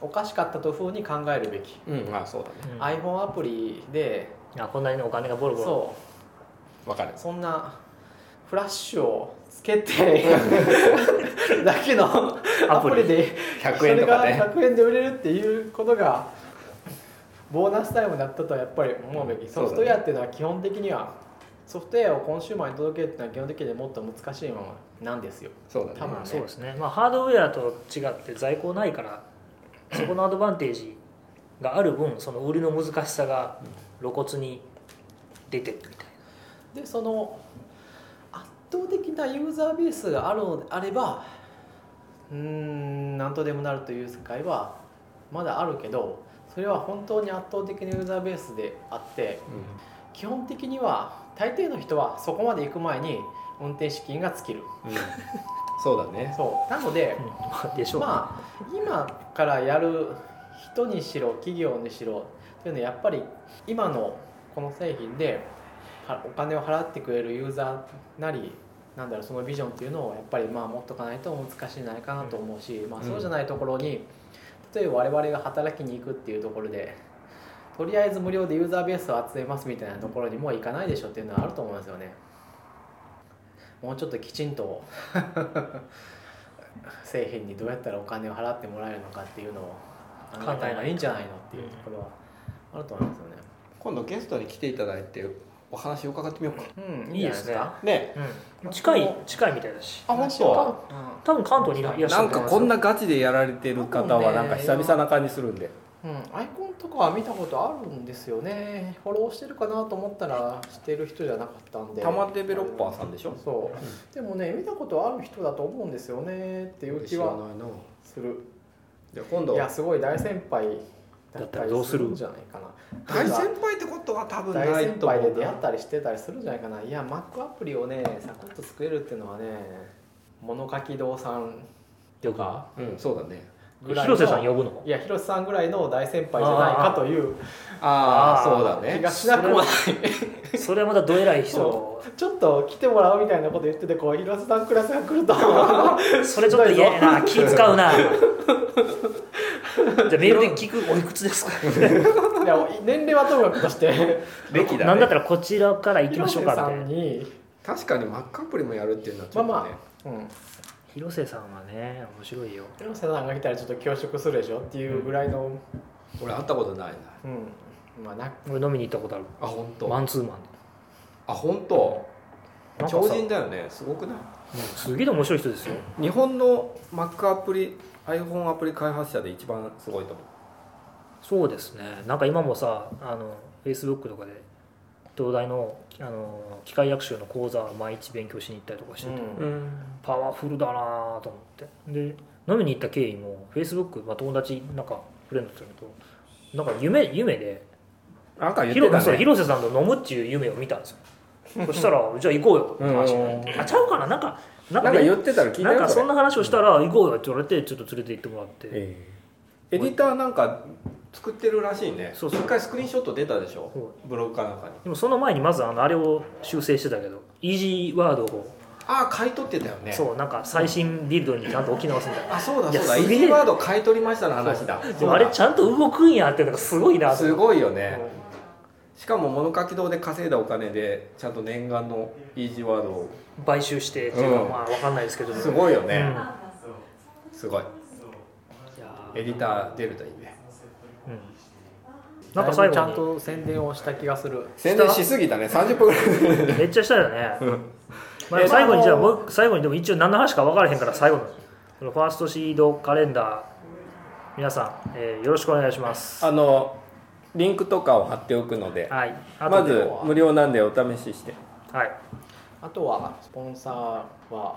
おかしかったと風に考えるべき、
うんまあそうだね
うん
iPhone アプリで
あこんなにお金がボロボロ
そう
わかる
そんなフラッシュをつけ てだけのア
ア
プ
プ
リ
リ
でそ
100円
れ
とか
が
ね
100円で売れるっていうことがボーナスタイムだったとはやっぱり思うべき
そうだね
ソフトウェアっていうのは基本的にはソフトウェアをコンシューマーに届けるっていうのは基本的にはもっと難しいものなんですよ
そうだね
多分
まあそうですね、まあ、ハードウェアと違って在庫ないからそこのアドバンテージがある分その売りの難しさが露骨に出てるみたい
でその圧倒的なユーザーベースがあるのであればうーん何とでもなるという世界はまだあるけどそれは本当に圧倒的なユーザーベースであって基本的には大抵の人はそこまで行く前に運転資金が尽きる
うん、うん、そうだね
そうなので
な、うんまあでしょうね、
まあ今からやる人にしろ企業にしろというのはやっぱり今のこの製品ではお金を払ってくれるユーザーなりなんだろうそのビジョンっていうのをやっぱりまあ持っとかないと難しいんじゃないかなと思うし、まあ、そうじゃないところに例えば我々が働きに行くっていうところでとりあえず無料でユーザーベースを集めますみたいなところにもう行かないでしょっていうのはあると思うんですよね。もうちょっときちんと 製品にどうやったらお金を払ってもらえるのかっていうのを考えた方がいいんじゃないのっていうところはあると思うんですよね。
今度ゲストに来ていただいてお話を伺ってみようか
うん、
いいですね
んじゃなか。
ね
うん、近い近いみたいだし
あ本当
多分関東にいらっしゃ
なん
ると
か
思います
こん
な
なガチでやられてる方はなんか久々な感じするんで
うん、アイコンとかは見たことあるんですよね。フォローしてるかなと思ったら、してる人じゃなかったんで。
玉デベロッパーさんでしょ
そう。でもね、見たことある人だと思うんですよねっていう気
な
は
いな
する。
じゃあ今
い
度
や、すごい大先輩。だったりするんじゃないかな。
大先輩ってことは多分
大
ない
先
と思
輩
う
で出会
な
ったりしてたりするんじゃないかないや Mac アプリをねサクッと作れるっていうのはね物書き堂さんとか
うんそうだね
ぐらいの
広瀬さん呼ぶの
いや広瀬さんぐらいの大先輩じゃないかという
ああ
あー
そうだ
気
ね
がしなくもない
それはまたどえらい人
そ
を
ちょっと来てもらうみたいなこと言っててこう広瀬さんクラスが来ると
それちょっと嫌やな気使うなじゃあメールで聞くおいくつですか
いや年齢はともかくとして
歴だ
なん
ね
だったらこちらから行きま
広
しょう
瀬
かみ
さ
たい
ん
な
に
確かにマックアプリもやるっていうのはち
ま
ょ
あ
っとね
まあ、うん、
広瀬さんはね面白いよ
広瀬さんが来たらちょっと恐縮するでしょっていうぐらいの、
俺会ったことないな
うん、まあな
俺飲みに行ったことある
あ本当
マ
あ
ンツーマン
本当
でなんかさ
超人だよねすごくない
うんすげえ面白い人ですよ
日本の Mac アプリ iPhone アプリ開発者で一番すごいと思う
そうですねなんか今もさあの Facebook とかで東大のあの機械学習の講座毎日勉強しに行ったりとかしてて、
うん
パワフルだなぁと思ってで飲みに行った経緯も Facebook、まあ、友達なんかフレンドとるとなんか夢夢で
なんか言って
広
た
そう
ね
広瀬さんと飲むっていう夢を見た んですよそしたらじゃあ行こうよって話になって、あちゃうかななんかな
なん
んか
か言ってたら聞いた
なん
よ
かそ
そ
ん
れ
な話をしたら行こうよって言われてちょっと連れて行ってもらって、
ええエディターなんか作ってるらしいね
そうそう
一回スクリーンショット出たでしょ
そ
ブログかなんかに
でもその前にまずあのあれを修正してたけどイージーワードを、
ああ買い取ってたよね
そうなんか最新ビルドにちゃんと置き直すみたいな
あそうだ
いや
そうだイ
すげえ
ーワード買い取りましたの話だ
でもあれちゃんと動くんやってなんかすごいなと
す
思って
ごいよねしかも物書き堂で稼いだお金でちゃんと念願のイージーワードを
買収してっていうか、
うん
まあ分かんないですけど
すごいよ
うんい
ね、
や
すごいエ
ー
ディター出るといいね
うんなんか最
だいぶちゃん
後
と宣伝をした気がする
宣伝しすぎたね30分ぐらい
にめっちゃしたよね、ま
え
あ、最後にじゃあ
あの
もう最後にでも一応何の話か分からへんから最後のこのファーストシードカレンダー皆さん、えーよろしくお願いしま す
あのリンクとかを貼っておくので
はいあ
ま
とで
ず無料なんでお試しして
はい
あとはスポンサーは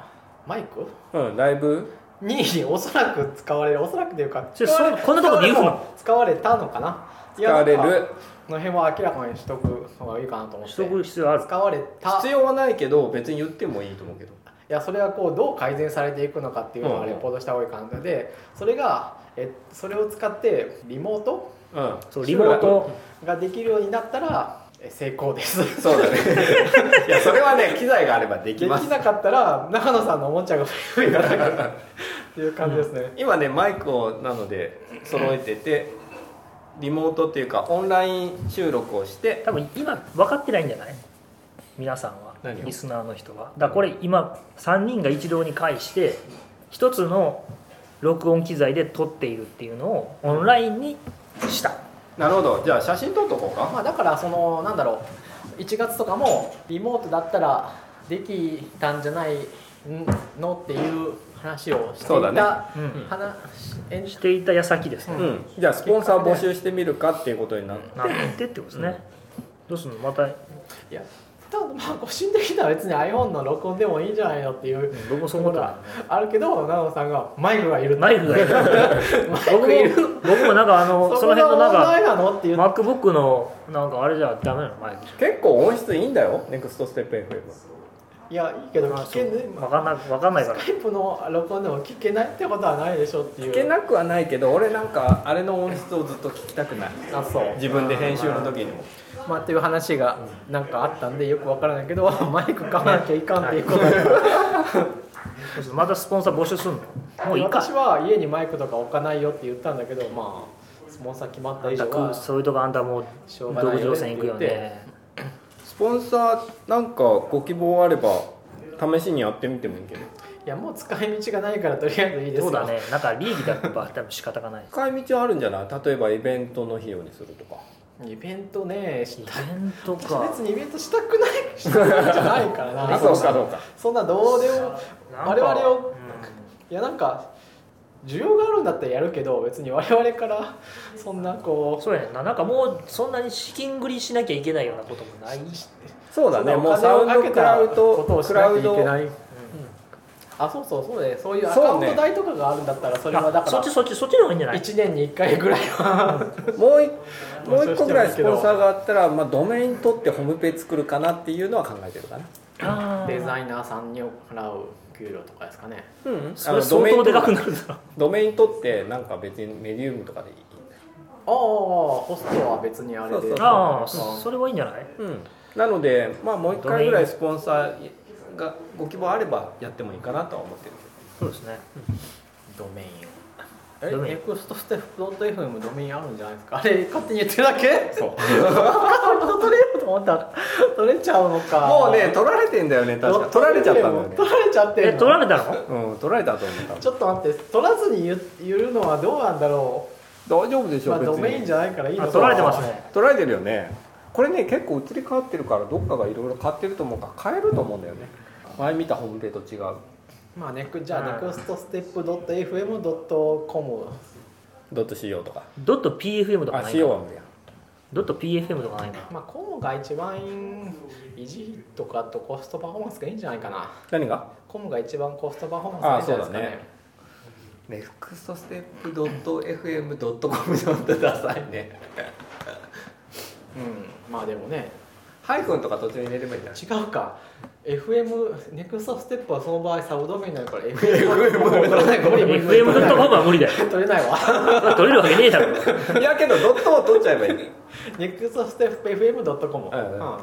マイク
うんだいぶ
におそらく使われるおそらくというか
ちょそこんなとこで言うの
使われたのかな
使われ
いやなん
る
かこの辺は明らかにしとくのがいいかなと思って
取得必要ある
使われた
必要はないけど別に言ってもいいと思うけど
いやそれはこうどう改善されていくのかっていうの
う
を
ん
レポートした方がいいかなのでそれがえそれを使ってリモート
うん
そうリモート
ができるようになったらえ成功です
そう だねいやそれはね機材があればで
で
き
き
ます
なかったら中野さんのおもちゃが増えるっていう感じですね、
今ねマイクをなので揃えててリモートっていうかオンライン収録をして
多分今分かってないんじゃない皆さんは
何を
リスナーの人はだからこれ今3人が一堂に会して一つの録音機材で撮っているっていうのをオンラインにした
なるほどじゃあ写真撮っとこうか
まあ、だからそのなんだろう1月とかもリモートだったらできたんじゃないのっていう話をしていた
そうだね
うん
話え
していた矢先ですね、
うんじゃあスポンサー募集してみるかっていうことになる
なってってことですね、どうするのまた
いやただまあ個人的には別に iPhone の録音でもいいんじゃないのっていう
僕もそう思った
あるけど長野さんがマイクがい る
ナイフがいる僕
いる
も僕もなんかあのその辺のなん
問題
か
なのっていう
MacBook のなんかあれじゃダメなのマイク
結構音質いいんだよネクストステップ FM
いやいいけど聞けね
分かんない分かんないから
タイプの録音でも聞けないってことはないでしょっていう
聞けなくはないけど俺なんかあれの音質をずっと聞きたくない
あそう
自分で編集の時にも
まあっていう話がなんかあったんでよくわからないけど マイク買わなきゃいかんっていうこと
そうそうまたスポンサー募集するのもういいか
私は家にマイクとか置かないよって言ったんだけどまあスポンサー決まった以上は
そういうとこあんたもう
しょうがな
独
いよ
自
ね
路線行くよね
スポンサーなんかご希望あれば試しにやってみてもいいけど
いやもう使い道がないからとりあえずいいですよ
そうだねなんか利益だとば多分仕方がない
使い道はあるんじゃない例えばイベントの費用にするとか
イベントねし
イベ
た
ントか
別にイベントしたくないしたくないんじゃないからな
そうかそうか
そんなどうでも
なんか
我々を
うん
いやなんか需要があるんだったらやるけど別に我々からそんなこ
そうやねんななんかもうそんなに資金繰りしなきゃいけないようなこともないし
そう
う
だね
そんな
もう
お
サ
金
ウ
を
ンド
か
ク
け
ラ
た
ウ
こと
ド
をし
クラ
なきゃ
ウ
いけ
ド
ないあそうそうそうでそういうア
そうね
カウント代とかがあるんだったらそれはだ
あそ
か
っち
ら
そっちそっちの方がいいんじゃない
1年に1回ぐらいは
もう一もう一個ぐらいスポンサーがあったら、まあ、ドメイン取ってホームページ作るかなっていうのは考えてるかな
あー
デザイナーさんに払う給料とかですかね
うん
それ相当でかくなるんだ
ドメイン取ってなんか別にメディウムとかでいい
ああホストは別にあれ
そう
で
そうそう
ああ
そう
それはいいんじゃない
うんなのでまあもう一回ぐらいスポンサーがご希望あればやってもいいかなとは思ってる
そうですね
ドメインを
ドメイン
えネクストステップドット FM ドメインあるんじゃないですかあれ勝手に言ってるだけ
けど
取れると思ったら取れちゃうのか
もうね取られてんだよね確か取られちゃったんだよね
取られちゃってんの
え取られたの
うん取られたと思った
ちょっと待って取らずに言う言うのはどうなんだろ
大丈夫でし
うま
ょ
あ
別
ドメイン
に
じゃないからいいの
あ
か
取られてますね
取られてるよねこれね結構移り変わってるからどっかがいろいろ買ってると思うから変えると思うんだよね前見たホームページと違う
まあネクじゃあ、
うん
ネクストステップドット FM ドットコム
ドット CO とか
ドット PFM とか
あ
ない
CO
の
は無理や
ドット PFM とかないの
まあコムが一番維持費とかとコストパフォーマンスがいいんじゃないかな
何が
コムが一番コストパフォーマンスがいいんじゃないですかね
ネクストステップドット FM ドットコムでってくださいね
うんまあでもね
ハイフンとか途中に入れればいいんじゃない
違うか FM ネクストステップはその場合サブドメインになるから FM も取れないごめん
FM ドットコムは無理だよ
取れないわ
取れるわけねえだろ
いやけどドットを取っちゃえばいい
ネクストステップ FM ドットコム
うんうん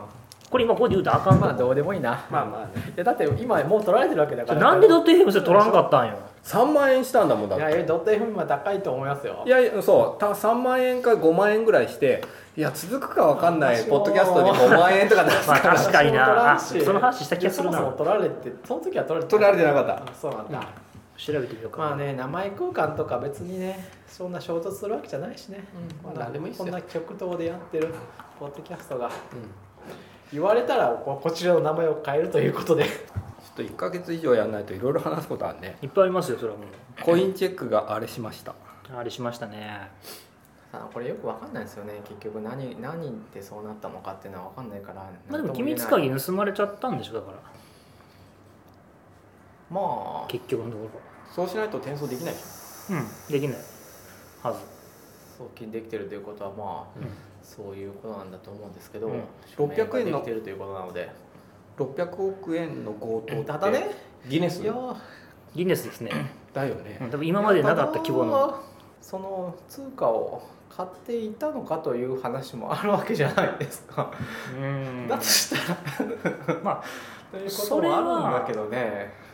これ今こうで言うとあかん
ま
か
あどうでもいいな、
まあまあね
いやだって今もう取られてるわけだから
なんでドット FM それ取らんかったんよ
3万円したんだもんだっ
い
て
やいやドット FM は高いと思いますよ
いやいやそうた3万円か5万円ぐらいしていや続くかわかんない
私
ポ
も
ッドキャストに5万円とか出す
まあ
から
確かになあ
私も取らんし
その話した気がする
そも
な
そも取られてその時は取られて
取られてなかった
あそうなんだ、
調べてみようか
まあね名前交換とか別にねそんな衝突するわけじゃないしね、
うん
こ
ま
な
あ何でもいいっす
こ
よ
んな極東でやってるポッドキャストが
うんちょ
言われたらここちらの名前を変えるということで
っと1か月以上やんないといろいろ話すことあるね
いっぱいありますよそれはもう
コインチェックがあれしました
あれしましたね
あこれよくわかんないですよね結局何何でそうなったのかっていうのはわかんないから
まあでも機密鍵盗まれちゃったんでしょだから
まあ
結局のとこ
そうしないと転送できないでしょ
ろうんできないはず
送金できてるということはまあ、
うん
そういうことなんだと思うんですけど、
うん
600
600
円
円
で
の
きてるということなので
600億円の強盗って
ただね
ギネス
いやー
ギネスですね、
だよ
う
ね
ん、多分今までなかった規模の
その通貨を買っていたのかという話もあるわけじゃないです か、
うん
だとしたら
ま
というこ
そ
と
れ
も
は
あるんだけどね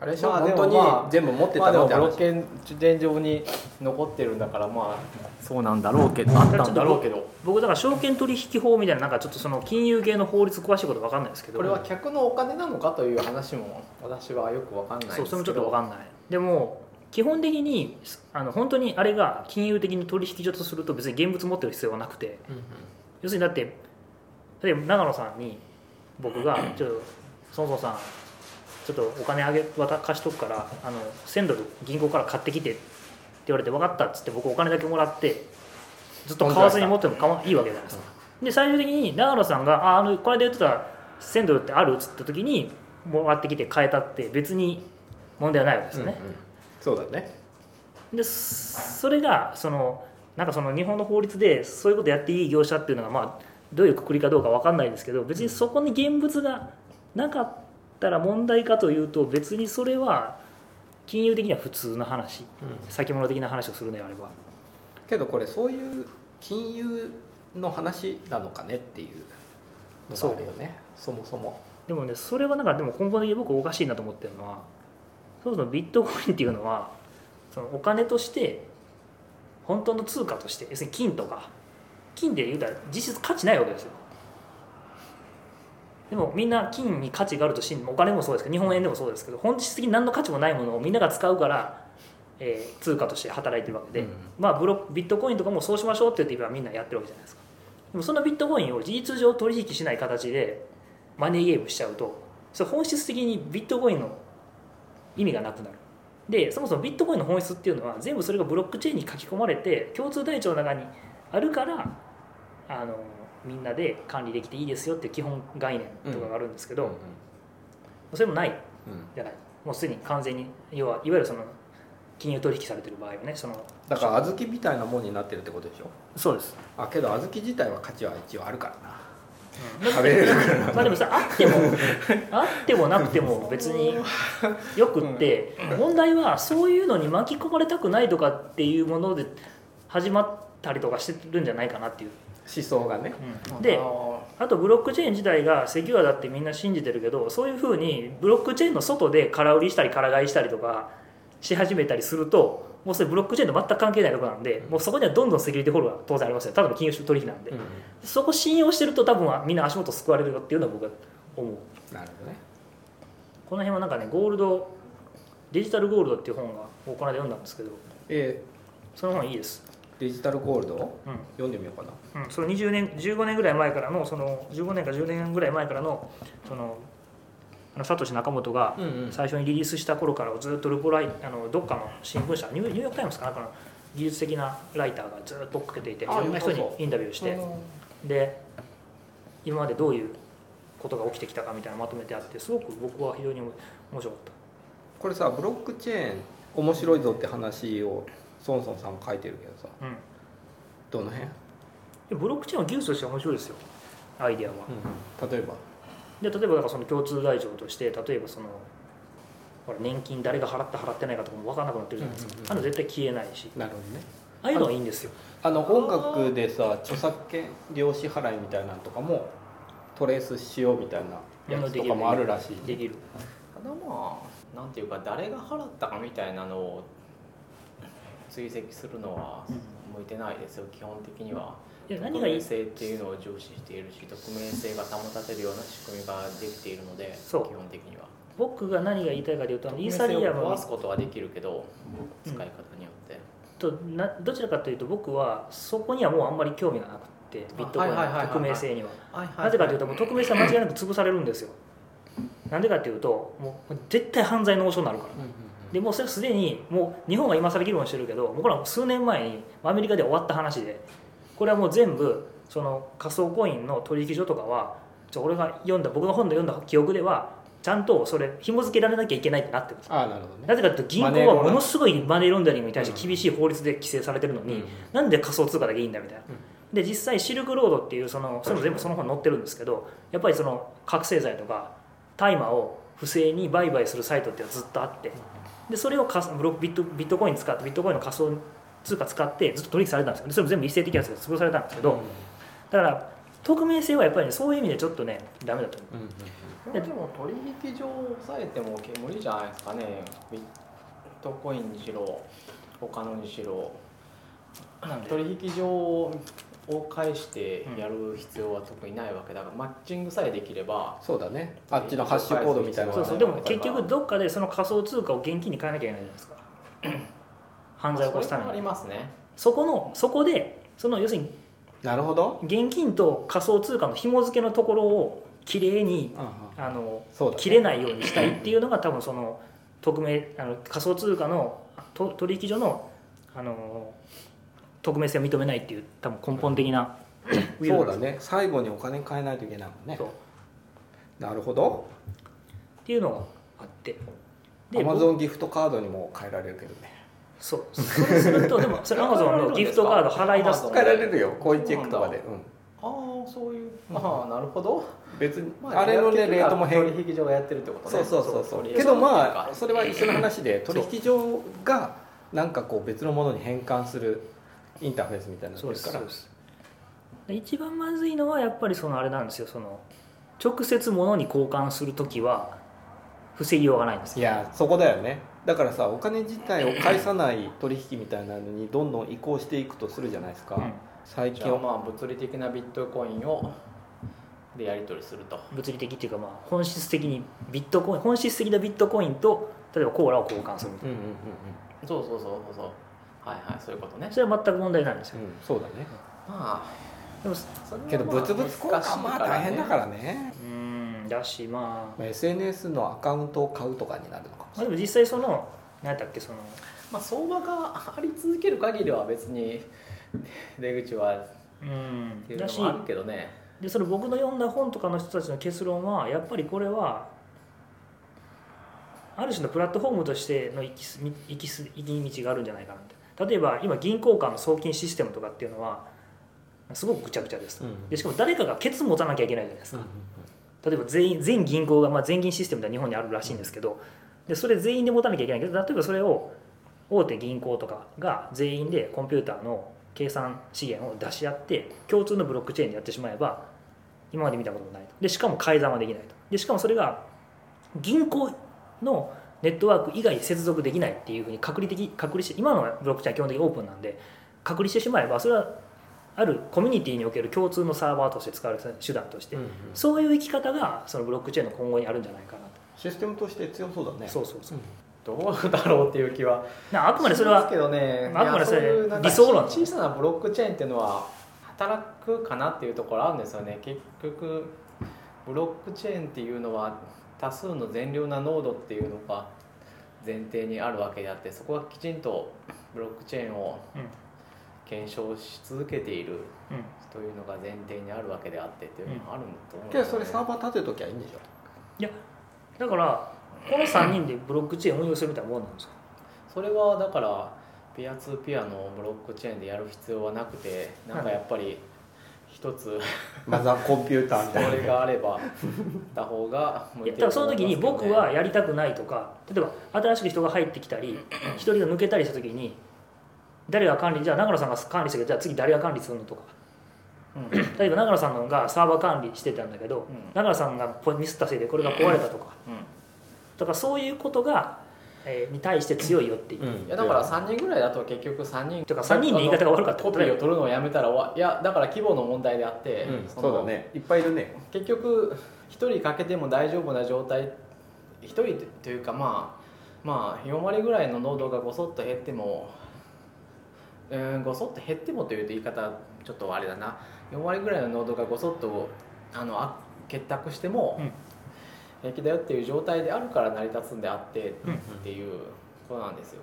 あれでしょ、
まあ
本
本
当
当
に、
に
ま
全部持って
あ、
た
で
の
も
っ
ブ
て
ロ
話
ッケン伝上に残ってるんだからまあそうなんだろうけどあったんだろうけど
僕だから証券取引法みたいななんかちょっとその金融系の法律詳しいこと分かんないですけど
これは客のお金なのかという話も私はよくわかんないんです
そ
けど
うそれもちょっと分かんないでも基本的にあの本当にあれが金融的に取引所とすると別に現物持ってる必要はなくて要するにだって例えば長野さんに僕が「ちょっとそもそもさんちょっとお金あげ渡貸しとくからあの1000ドル銀行から買ってきて」って言われて「分かった」っつって僕お金だけもらってずっと買わずに持ってもかわいいわけじゃないですか。で最終的に長野さんが「ああのこの間言ってた1000ドルってある?」っつった時にもらってきて変えたって別に問題はないわけですよね。
うんうんそうだね
でそれがそのなんかその日本の法律でそういうことやっていい業者っていうのがまあどういうくくりかどうかわかんないですけど別にそこに現物がなかったら問題かというと別にそれは金融的には普通の話、先物的な話をするのであれば
けどこれそういう金融の話なのかねっていうのがあるよねそもそも
でもねそれはなんかでも根本的に僕おかしいなと思ってるのはそもそもビットコインっていうのはそのお金として本当の通貨として要するに金とか金で言うたら実質価値ないわけですよでもみんな金に価値があると信じお金もそうですけど日本円でもそうですけど本質的に何の価値もないものをみんなが使うから、えー通貨として働いてるわけで、
うん
まあブロビットコインとかもそうしましょうって言って今みんなやってるわけじゃないですかでもそのビットコインを事実上取引しない形でマネーゲームしちゃうとそれ本質的にビットコインの意味がなくなるでそもそもビットコインの本質っていうのは全部それがブロックチェーンに書き込まれて共通台帳の中にあるからあのみんなで管理できていいですよっていう基本概念とかがあるんですけど、それもない
うん
じゃないもうすでに完全に要はいわゆるその金融取引されてる場合はねその
だから小豆みたいなもんになってるってことでしょ
そうです、
あけど小豆自体は価値は一応あるからな
うん
食べれるから
まあでもさあってもあってもなくても別によくって問題はそういうのに巻き込まれたくないとかっていうもので始まったりとかしてるんじゃないかなっていう、
思想がね
で
あの
あとブロックチェーン自体がセキュアだってみんな信じてるけどそういうふうにブロックチェーンの外で空売りしたり空買いしたりとかし始めたりするともうそれブロックチェーンと全く関係ないところなんでもうそこにはどんどんセキュリティホールが当然ありますよただの金融取引なんで、そこ信用してると多分はみんな足元救われるよっていうのは僕は思う。
なるほどね
この辺はなんかねゴールドデジタルゴールドっていう本がこの間読んだんですけど
え
その本いいです、
ーデジタルゴールドを
うん
読んでみようかな
うん、その20年15年ぐらい前からのその15年か10年ぐらい前からのそのあのサトシ仲本が
うんうん
最初にリリースした頃からずっとルポライあのどっかの新聞社ニューニューヨーク・タイムズかなこの技術的なライターがずっと追っかけていてい
あ
ろんな人に
そうそう
インタビューしてで今までどういうことが起きてきたかみたいなのまとめてあってすごく僕は非常に面白かった。
これさブロックチェーン面白いぞって話をソンソンさんも書いてるけどさ
うん
どの辺、
でブロックチェーンは技術としては面白いですよアイデアは。
例えば
で例えばだからその共通台帳として例えばそのほら年金誰が払った払ってないかとかも分からなくなってるじゃないですか、
うんうんうん
あの絶対消えないし
なるほどね
ああいうのはいいんですよ
あの音楽でさ著作権料支払いみたいなのとかもトレースしようみたいなやつとかもあるらしい
できる
ただまあなんていうか誰が払ったかみたいなのを追跡するのは向いてないですよ基本的には。
いや
匿
何がい
名
い
性っていうのを重視している し匿名性が保たせるような仕組みができているので基
そう
本的には
僕が何が言いたいかというとあのイ
匿
ー
名
サ
性
リアム
を壊
は
すことはできるけど
う
使
ん
い方によって、
となどちらかというと僕はそこにはもうあんまり興味がなくってビットコイン
はいはいは
の
いはい
匿名性には
はいは
なぜかというともう匿名性は間違いなく潰されるんですよなんでかというともう絶対犯罪の応酬になるからでもうそれすでにもう日本が今更議論してるけどもうこれは数年前にアメリカで終わった話でこれはもう全部その仮想コインの取引所とかはちょ俺が読んだ僕の本で読んだ記憶ではちゃんとそれ紐付けられなきゃいけないってなってるんです
ああなるほどね
なぜかというと銀行はものすごいマネーロンダリングに対して厳しい法律で規制されてるのに、
うん
なんで仮想通貨だけいいんだみたいな。で実際シルクロードっていうそのそれも全部その本に載ってるんですけどやっぱりその覚醒剤とか大麻を不正に売買するサイトっていうのはずっとあってでそれを仮想ブロックビットビットコイン使ってビットコインの仮想通貨使ってずっと取引されたんですよでそれも全部一斉的なやつで潰されたんですけど、だから匿名性はやっぱり、ね、そういう意味でちょっとねダメだと思う
うんうん
でも取引所を抑えても無理じゃないですかねビットコインにしろ他のにしろ
なんで
取引所を介してやる必要は特にないわけだから、マッチングさえできれば
そうだねあっちのハッシュコードみたいなの
そう
が
そう
ね
でも結局どっかでその仮想通貨を現金に変えなきゃいけないじゃないですか犯罪を起こすた
それはあ
め
り
に
ますね
そこのそこでその要するに
なるほど
現金と仮想通貨の紐付けのところをきれいに
うんうん
あの
そうだね
切れないようにしたいっていうのが多分その匿名あの仮想通貨のと取引所のあの匿名性を認めないっていう多分根本的な
そうだね最後にお金変えないといけないもんね
そう
なるほど
っていうのがあって
アマ
僕
ゾンギフトカードにも変えられるけどね
そうそれするとでもそれアマゾンのギフトカード払い出すと
そう
変えられるよこういうチェックとかでうん
ああそういう、ああなるほど、
別にあれのねレートも変
取引所がやってるってことね
そうそうそうそう
取引所
けどま
っ
あそれは一緒の話で
そう
取引所がなんかこう別のものに変換するインターフェースみたいになってるから
そうですで一番まずいのはやっぱりそのあれなんですよその直接物に交換する時は防ぎようがないんです
い
よ
やそこだよねだからさお金自体を返さない取引みたいなのにどんどん移行していくとするじゃないですか、
うん
最
てい
近
うかじゃあ
は
まあ物理的なビットコインをでやり取りすると
物理的っていうかまあ本質的にビットコイン本質的なビットコインと例えばコーラを交換するみた
う
い
んうんうん
そうそうそうそうそうはいはいそういうことね
なそれは全く問題ないんですよ
うん、うん、そうだね
ま
でも
あそれはまあ
けど物々交換はまあ大変だからね、
うんだしまあ
まあ SNS のアカウントを買うとかになるのかもし
まあでも実際その何だっけその
まあ、相場があり続ける限りは別に出口は
うん
っていう
だ
の
し
もあるけどね
でそれ僕の読んだ本とかの人たちの結論はやっぱりこれはある種のプラットフォームとしての行きす行きす行き道があるんじゃないかなって例えば今銀行間の送金システムとかっていうのはすごくぐちゃぐちゃです
れない、うん
でしかも誰かがケツ持たなきゃいけないじゃないです
うん
か
うん
例えば全員全銀行が、まあ、全銀システムでは日本にあるらしいんですけどでそれ全員で持たなきゃいけないけど例えばそれを大手銀行とかが全員でコンピューターの計算資源を出し合って共通のブロックチェーンでやってしまえば今まで見たこともないとでしかも改ざんはできないとでしかもそれが銀行のネットワーク以外接続できないっていうふうに隔離的隔離して今のブロックチェーンは基本的にオープンなんで隔離してしまえばそれはあるコミュニティにおける共通のサーバーとして使われる手段として
うんうん
そういう生き方がそのブロックチェーンの今後にあるんじゃないかなと、
システムとして強そうだね
そうそうそう
どうだろうっていう気は
なあくまでそれ
します
は
けどね
あくまでそれ
いやういうなんか
理想論
小さなブロックチェーンっていうのは働くかなっていうところあるんですよね結局ブロックチェーンっていうのは多数の善良な濃度っていうのが前提にあるわけであってそこはきちんとブロックチェーンを
うん
検証し続けている
うん
というのが前提にあるわけであってっていうのはあるんだと思うん
け
だ
どそ
よね、
れサーバー立てときゃいいんでしょ
だからこの3人でブロックチェーンを運用するみたいなもんなんですよ
それはだからピアツーピアのブロックチェーンでやる必要はなくてなんかやっぱり一つ
マザーコンピューターみ
そ
たいな
れがあれ ばた方が向
い
い
や
て
だからその時に僕は
る
やりたくないとか例えば新しく人が入ってきたり一人が抜けたりした時に誰が管理じゃあ長野さんが管理したけどじゃあ次誰が管理するのとか
と思いますね
例えば長野さんのがサーバー管理してたんだけど
うん
長野さんがポミスったせいでこれが壊れたとか
うん
だからそういうことが、えーに対して強いよっていう、
うん
うんいやだから3人ぐらいだと結局3人
とか3人で言い方が悪かった
コピーを取るのをやめたら終わいやだから規模の問題であって、
うん
そ
そ
の
うだねいっぱいいるね
結局1人かけても大丈夫な状態1人というかまあまあ4割ぐらいの濃度がごそっと減ってもうーんごそっと減ってもというと言い方ちょっとあれだな4割ぐらいの濃度がごそっとあのあ結託しても
うん
平気だよっていう状態であるから成り立つんであってっ
うん
ていうことなんですよ。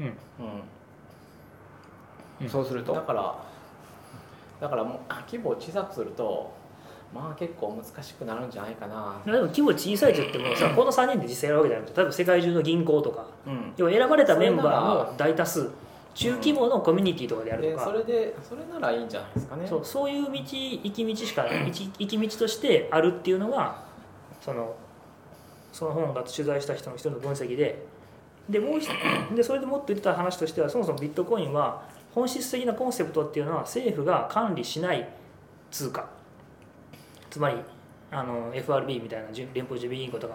うん
うん
うん
そうすると
だからだからもう規模を小さくするとまあ結構難しくなるんじゃないかな
でも規模小さいと言ってもさこの3人で実際やるわけじゃなくて多分世界中の銀行とか
うん
要は選ばれたメンバーの大多数中規模のコミュニティとかでやる
で
と
そ
か
れでそれならいいんじゃないですかね
そうそういう道行き道しか 行き行き道としてあるっていうのがそのその本が取材した人の人の分析ででもう一でそれでもっと言ってた話としてはそもそもビットコインは本質的なコンセプトっていうのは政府が管理しない通貨つまりあの FRB みたいな準連邦準備銀行とか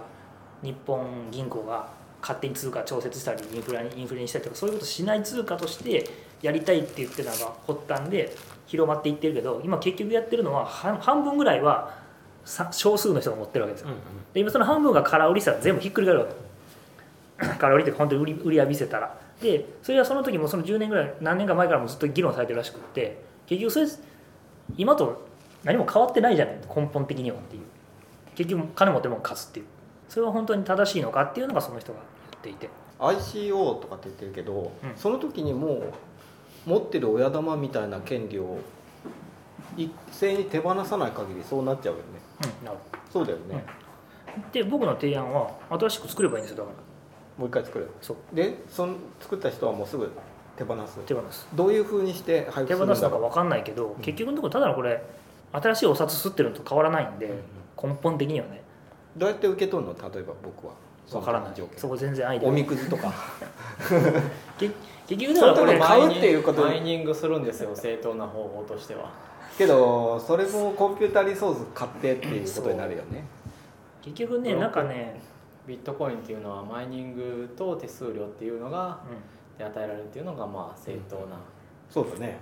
日本銀行が勝手に通貨調節したりインフラにインフレにしたりとかそういうことしない通貨としてやりたいって言ってたのが発端で広まっていってるけど今結局やってるのは半半分ぐらいはさ少数の人が持ってるわけですよで今その半分が空売りしたら全部ひっくり返るわけ 空売りって本当に売り売り浴びせたらでそれはその時もその10年ぐらい何年か前からもずっと議論されてるらしくって結局それ今と何も変わってないじゃない根本的にはっていう結局金持ってるもん勝つっていうそれは本当に正しいのかっていうのがその人が言っていて
ICO とかって言ってるけど、
うん
その時にもう持ってる親玉みたいな権利を一斉に手放さない限りそうなっちゃうよね
うんなるほ
そうだよね、
どで僕の提案は新しく作ればいいんですよだから
もう一回作る
そう
でその作った人はもうすぐ手放す
手放す
どういうふうにして配布す
手
るん
放す
だ
のか
ろ
分かんないけど、結局のところただのこれ新しいお札吸ってるのと変わらないんで、根本的にはね
うどうやって受け取るの例えば僕は
分からない
その時
そ
の条
こ全然アイ
件
デア
おみくじとか
結結局だからこ
そ
れ
の時買うっていうこと
マイニングするんですよ正当な方法としては
けどそれもコンピュータリソース買ってっていうことになるよね
結局ねなんかね、
ビットコインっていうのはマイニングと手数料っていうのが
う
で与えられるっていうのがまあ正当な、
そうだね、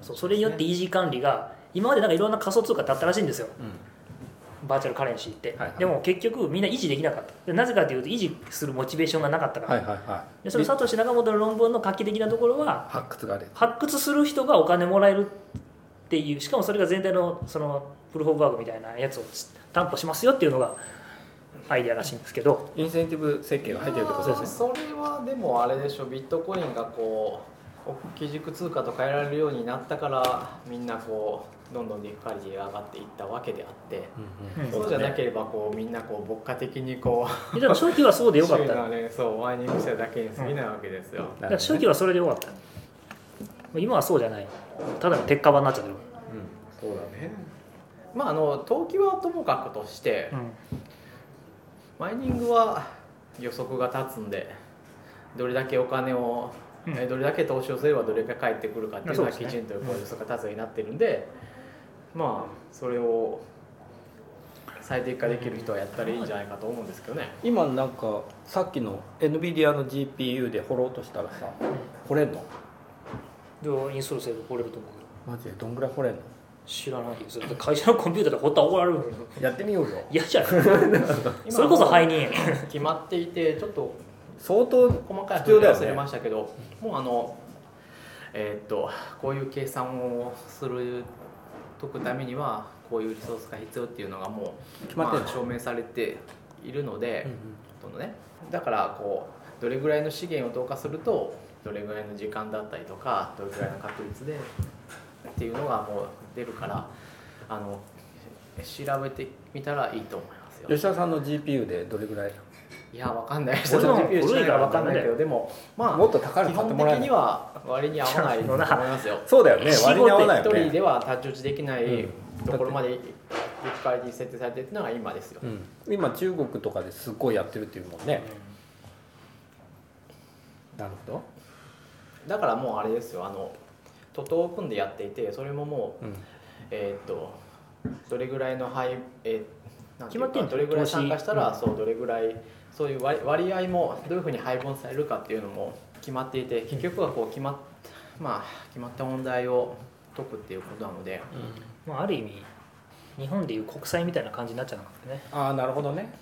ん、そうそれによってイージー管理が今までなんかいろんな仮想通貨だったらしいんですよバーチャルカレンシーって、
はいはい
でも結局みんな維持できなかったでなぜかというと維持するモチベーションがなかったか
は
ら、
いはいはい
でその
で
サトシ仲本の論文の画期的なところは
発掘があれ
発掘する人がお金もらえるっていうしかもそれが全体のそのプルフォーバーグみたいなやつを担保しますよっていうのがアイデアらしいんですけど
インセンティブ設計が入ってるってことですね
それはでもあれでしょビットコインがこう基軸通貨と変えられるようになったからみんなこうどんどん利回りが上がっていったわけであって、
うん
そうじゃなければこうみんなこう牧歌的にこう
ででも初期はそうでよかっ
周囲
た
のねそうマイニングしてるだけに過ぎないわけですよ、
だから初期はそれでよかった、今はそうじゃないただの鉄火場になっちゃってる、
そうだね
まああの投機はともかくとして、
うん
マイニングは予測が立つんでどれだけお金を、
うん
えどれだけ投資をすればどれが返ってくるかっていうの
そう
は
です
基
ね
準というこう予測が立つようになってるんで、まあそれを最適化できる人はやったらいいんじゃないかと思うんですけ どね。
今なんかさっきの NVIDIA の GPU で掘ろうとしたらさ掘れんの
でインストールすれば掘れると思うけど
マジでどんぐらい掘れんの
知らないです会社のコンピューターで掘ったら怒られるんだよ
やってみようよ
嫌じゃんそれこそ
今
背任
決まっていてちょっと
相当
細かい
必要
話
だよ
は
ね
忘れましたけど、もうあのえーっとこういう計算をする解くためにはこういうリソースが必要っていうのがもう
決まってる
あ証明されているので、
う
ほとんどね、だからこうどれぐらいの資源を同化するとどれぐらいの時間だったりとかどれぐらいの確率でっていうのがもう出るからあの調べてみたらいいと思いますよ
ん。吉田さんの GPU でどれぐらい
いや、わかんない。
それも
その GPU
古いからわかんない
知らけど、でも、まあ、
もっと高いの
基
買って
本的
もらえない
には割に合わないと思いますよ。
そうだよね割に合わない
一
よ
人
ね、
では太刀打ちできない
うん
ところまで、いっぱいに設定されてるのが今ですよ。
うん、今中国とかですっごいやってるっていうもんね、なるほ
だからもうあれですよ、あの、徒党を組んでやっていて、それももう、
ど、うん、
えーっと、どれぐらいの配、えーなんてい
決
う
まってん
か
の
どれぐらい参加したら、
投
そうどれぐらいそういう割割合もどういうふうに配分されるかっていうのも決まっていて結局はこう決まっ,、まあ、決まった問題を解くっていうことなので、
まあ、ある意味日本でいう国債みたいな感じになっちゃうのかもね
ああなるほどね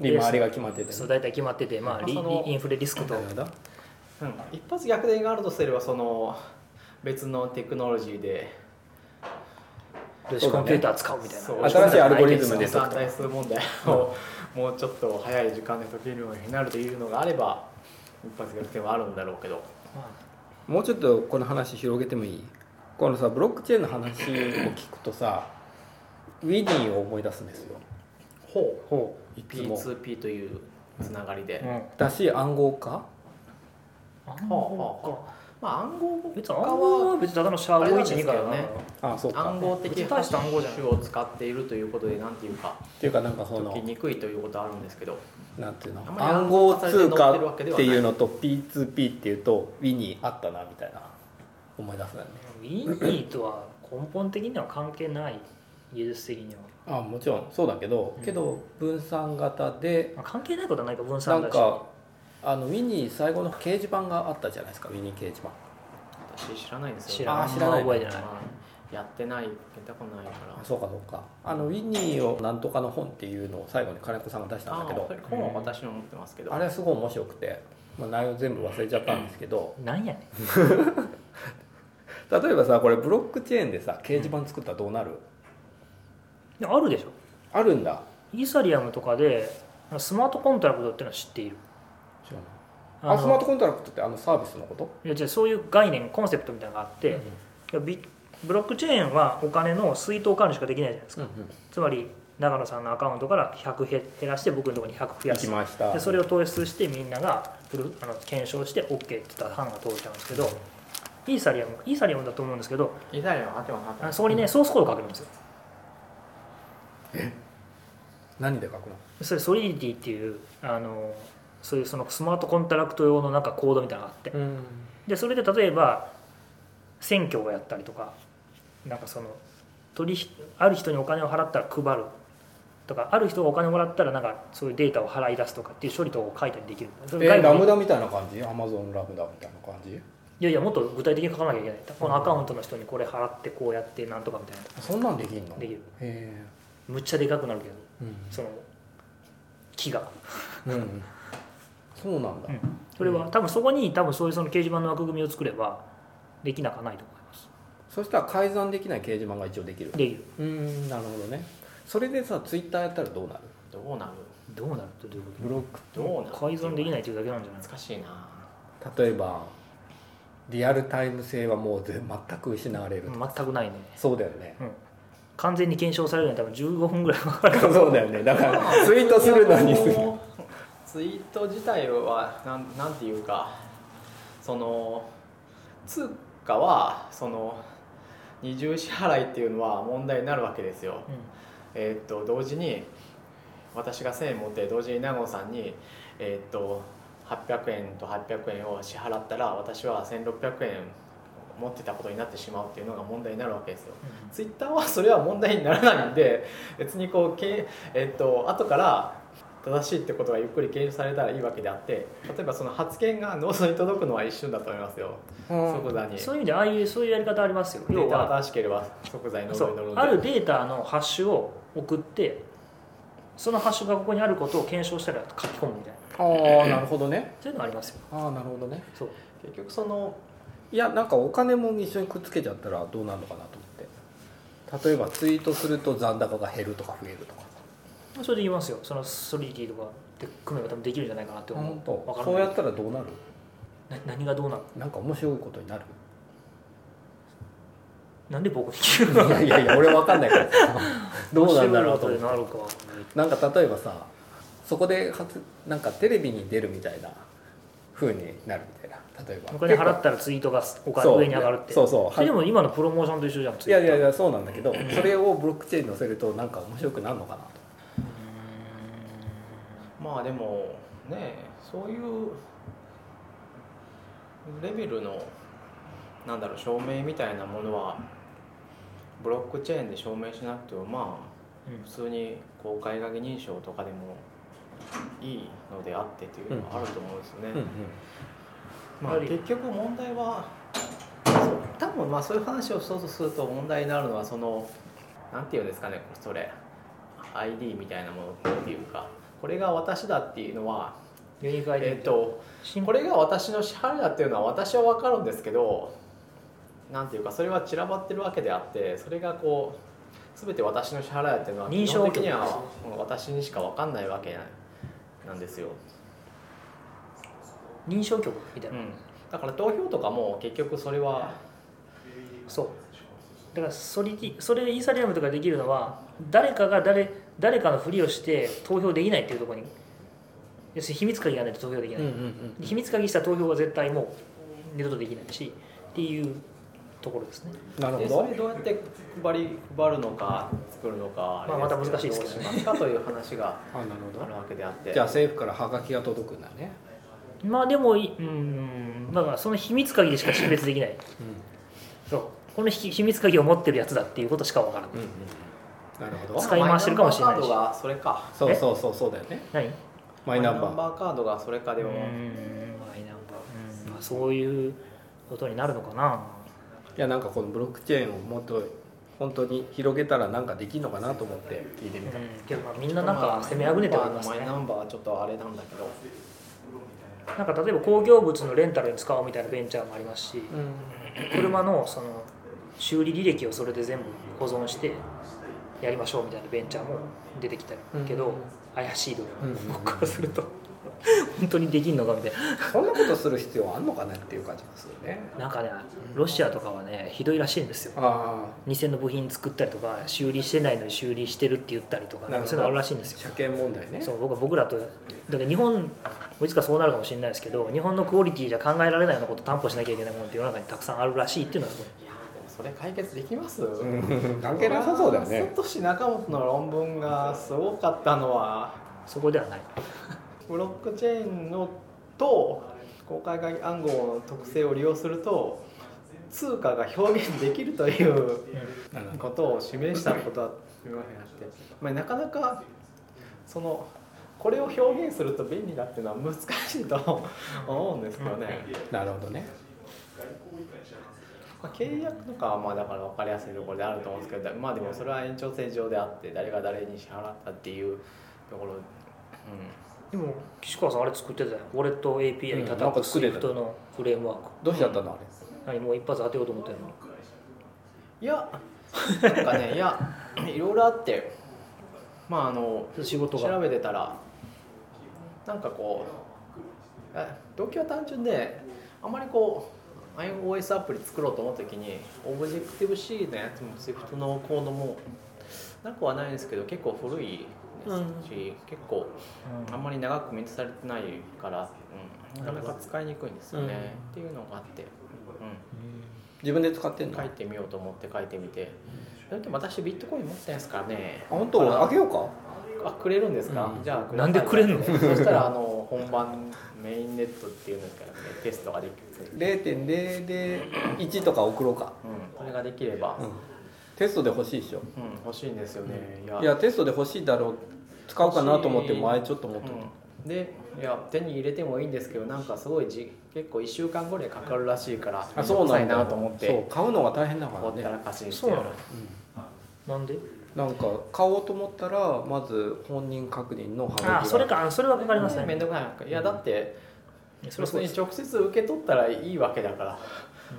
利回りが決まってて、
そう大体決まってて、まあ、リ
まあその
インフレリスクと
なるほど
うん一発逆転があるとすればその別のテクノロジーで
量子コンピューター使うみたいな、
そう
新しいアルゴリズムで
その算対数問題を もうちょっと早い時間で解けるようになるというのがあれば一発逆転はあるんだろうけど。
ま
もうちょっとこの話広げてもいいこのさブロックチェーンの話を聞くとさウィニーを思い出すんですよ
ほ
ほういつも
P2P というつながりで、
うん、あ
だし暗号化
の
まあ暗号
別に暗号は別にただのシャー512から
あれ
ね
なんですけどね
あそうか
暗号的
別に大した暗号じゃない
手を使っているということでなんていうか
っていうかなんかそ
解
の
きにくいということあるんですけど
なんていうの
あんまり
暗号通貨って
暗号化されて載ってるわけで
いう
は
のと P2P っていうとウィニーあったなみたいな思い出すんだよね
ウィニーとは根本的には関係ない技術的には、
あもちろんそうだけど、
うん
けど分散型で
まあ、関係ないことはないか分
な
散
ん
だし
かあのウィニー最後の掲示板があったじゃないですかウィニー掲示板
私知らないんですよ
知ら
あ
ない
知らない
覚えてない
はいやってないやったことないから
あそうかそうかあのウィニーをなんとかの本っていうのを最後に金子さんが出したんだけど
あー本は私も持ってますけど
あれはすごい面白くて、まあ、内容全部忘れちゃったんですけど
なんやねん
例えばさこれブロックチェーンでさ掲示板作ったらどうなる、
いやあるでしょ
あるんだ
イーサリアムとかでスマートコントラクトっていうのは知っている
知らない
あ
あ
の
スマートコントラクトってあのサービスのこと
いやじゃあそういう概念コンセプトみたいなのがあって、いやビブロックチェーンはお金の水筒管理しかできないじゃないですか、つまり長野さんのアカウントから100減減らして僕のところに100増や
行き
す
ました
でそれを投出してみんながプルあの検証して OK って言ったら判が通ったんですけど、イーサリアムイーサリアムだと思うんですけど
イタリアはあってもなって
あの
も
そこにね、ソースコード書けるんですよ
何で書くの
それソリディティっていうあのそういうそのスマートコントラクト用のなんかコードみたいなのがあって
うん
でそれで例えば選挙をやったりとかなんかその取引ある人にお金を払ったら配るとかある人がお金をもらったらなんかそういうデータを払い出すとかっていう処理とかを書いたりできるそれ
え
外部
ラ
に
ムダみたいな感じアマゾンラムダみたいな感じ
いやいやもっと具体的に書かなきゃいけないこのアカウントの人にこれ払ってこうやってなんとかみたいな
そんなんできんの
できる
へ
むっちゃでかくなるけど
え
その木が、
うん、うん、そうなんだ、
それは多分そこに多分そういうその掲示板の枠組みを作ればできなかないと思います
そしたら改ざんできない掲示板が一応できる
できる
うんなるほどねそれでさツイッターやったらどうなる
どうなる
どうなるってどういうこ
ブロック
どうなる
と改ざんできないというだけなんじゃないですか
難しいな
例えばリアルタイム性はもうぜ全く失われる、
全くないね
そうだよね
完全に検証されるには多分15分ぐらいかかる
そうだよねだからツイートするのにす る
もうツイート自体はなんなんていうかその通貨はその二重支払いっていうのは問題になるわけですよ、えーっと同時に私が1000円持って同時に名護さんにえーっと800円と800円を支払ったら私は1600円持ってたことになってしまうっていうのが問題になるわけですよツイッターはそれは問題にならないんで別にこうけ、えっと後から正しいってことがゆっくり検証されたらいいわけであって例えばその発言が脳に届くのは一瞬だと思いますよ、即座
うん
に
そういう意味でああいうそういうやり方ありますよ
デ
要
ータが
は
正しければ即座に
そ
脳に乗る
うん
で
あるデータのハッシュを送ってそのハッシュがここにあることを検証したら書き込むみたいな
ああなるほどね
そういうのありますよ
ああなるほどね
そう
結局その
いやなんかお金も一緒にくっつけちゃったらどうなるのかなと思って例えばツイートすると残高が減るとか増えるとか
それで言いますよそのソリティとかで組めば多分できるんじゃないかなって思う
本当
わから
そう
な
や
い
ったらどうなる
な何がどうなの
なんか面白いことになる
なんで僕に聞く
い
の
やいやいや俺わかんないから どうなんだろうと思
面白い
って
ことになるか
なんか例えばさそこで初なんかテレビに出るみたいな風になるみたいな例えば
お金払ったらツイートがお金
そう
上に上がるって
そうそう
れでも今のプロモーションと一緒じゃん
いやいやい
や
やそうなんだけどそれをブロックチェーンに載せるとなんか面白くなるのかなと
まあでもねえそういうレベルのなんだろう証明みたいなものはブロックチェーンで証明しなくてもまあ
うん
普通に公開影認証とかでもいいのであってというのはあると思うんですよね。ま
や
あ、
はり
結局問題はそう多分まあそういう話をそうとすると問題になるのはそのなんていうんですかねそれ ID みたいなものっていうかこれが私だっていうのは
ユニークアイデン
えっ
ティティ
と
シン
これが私の支払いだっていうのは私は分かるんですけどなんていうかそれは散らばってるわけであってそれがこう全て私の支払いだっていうのは
認
基
証
本
を
的
受け
に
てます
はうん私にしか分かんないわけなんですよ。
認証局みたいな、
だから投票とかも結局それは
そうだからソリティそれでイーサリアムとかできるのは誰かが誰誰かのふりをして投票できないっていうところに要するに秘密鍵がないと投票できない、秘密鍵した投票は絶対もう二度とできないしっていうところですね、
なる
で
ほ
それどうやって配り配るのか作るのか
まあまた難しいですけど
ど
ね
うしますかという話が
どあなる
あるわけであって
じゃあ政府からハガキが届くんだね、
まあでもいうんまあまあその秘密鍵でしか識別できないそうこのひ秘密鍵を持ってるやつだっていうことしかわからない、
うんうんなるほど
使い回してるかもしれないし
マイナンバーカードがそれか
そうそうそうそうだよね
何
マイナンバー
カードがそれかでも
うーんマイナンバーうんまあそういうことになるのかない
やなんかこのブロックチェーンをもっと本当に広げたらなんかできるのかなと思って聞いてみた、
うんけどまあみんななんか攻めあぐねてはいます
マ
ね
イナンバーはちょっとあれなんだけど
なんか例えば工業物のレンタルに使おうみたいなベンチャーもありますし
うん
車のその修理履歴をそれで全部保存してやりましょうみたいなベンチャーも出てきたけど、
うん
怪しいと
うんうんうん
僕からすると本当にできんのかみたい
そんなことする必要あんのかなっていう感じがするね
ななんかねロシアとかはねひどいらしいんですよ
あ
偽の部品作ったりとか修理してないのに修理してるって言ったりとか、
なるほど
そういうのあるらしいんです
あ
よ
車検問題ね
そう僕は僕らとだから日本いつかそうなるかもしれないですけど日本のクオリティじゃ考えられないようなことを担保しなきゃいけないものって世の中にたくさんあるらしいっていうのはすごい
それ解決できます
うん関係なさそうだよね
サトシ仲本の論文がすごかったのは
そこではない
ブロックチェーンのと公開会議暗号の特性を利用すると通貨が表現できるという
なるほど
ことを示したことだというわけであって、まあ、なかなかそのこれを表現すると便利だっていうのは難しいと思うんですけどね、
なるほどね
まあ、契約とかはまあだから分かりやすいところであると思うんですけどまあでもそれは延長線上であって誰が誰に支払ったっていうところ、うん、
でも岸川さんあれ作ってたよウォレット API に
うんなん
叩
か
く
作
ス
って
イ
た
フトのフレームワーク、
どうしちゃったのあれ
何もう一発当てようと思ってるの
いやなんかねいやいろいろあってまああの
仕事が
調べてたらなんかこうあ動機は単純であまりこう iOS アプリ作ろうと思った時にオブジェクティブ C のやつも Swift のコードもなくはないですけど結構古いですし、結構あんまり長くメンテされてないから、うん、なかなか使いにくいんですよね、っていうのがあって、う
自分で使ってん
ん、
の
書いてみようと思って書いてみてだって私ビットコイン持ってないですからね
あ本当あげようか
あくれるんですか、
うん
じゃあ
なんでくれんの
そしたらあの本番メインネットっていうんですからねテストができる、
0.001とか送ろうか、
うん、それができれば、
うん、テストで欲しいでしょ
うん欲しいんですよね、
いやテストで欲しいだろう使うかなと思って前ちょっと思ってた、
うんでいや手に入れてもいいんですけどなんかすごいじ結構1週間後にかかるらしいから
あそうなん
め
だ
どくさいなと思っ
そう
て
買うのが大変だか
ほ
ら
っ
ね
たらかしにして
そうなの
う
なんで
んなんか買おうと思ったらまず本人確認のハガキが
あそれかあそれはかかります
ね
ね
めんどくさいないやだって
それはそ
別
うで
に
す
直接受け取ったらいいわけだから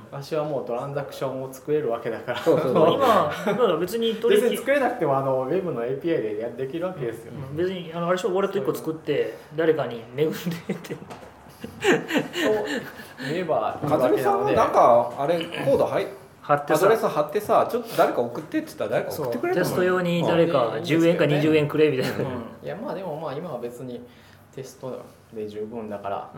私はもうトランザクションを作れるわけだから
そうそう
まあ今だから別に取
別に
引
作れなくてもあのウェブの API でやできるわけですよ、
うん別にあのあれでしょウォレット1個作って誰かに恵んでって
そう言えばいい
か
わ
ず
け
みさ
なんの
が
で
なんかあれコードはい
貼って
アド
さ
レス貼ってさちょっと誰か送ってって言ったら誰か送
そ
ってく
う
れ
テ
る
スト用に誰か
うんいいですよ
10
ね
円か20円くれみたいな、
うんいやまあでもまあ今は別にテストで十分だから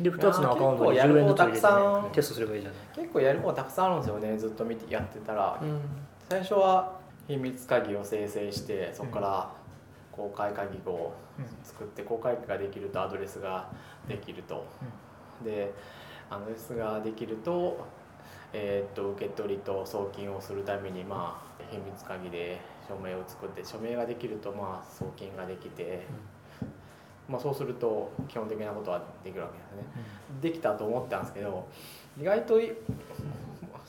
で2つのアカウントに10円ずつ入れ
結構やる方た
て、
く
ね
さん、
テストすればいいじゃない
結構やる方たくさんあるんですよねずっと見てやってたら、
うん
最初は秘密鍵を生成してそこから公開鍵を作って公開鍵ができるとアドレスができると、でアドレスができると,、えーっと受け取りと送金をするためにまあ秘密鍵で署名を作って署名ができるとまあ送金ができて、まあ、そうすると基本的なことはできるわけですね。できたと思ったんですけど意外とい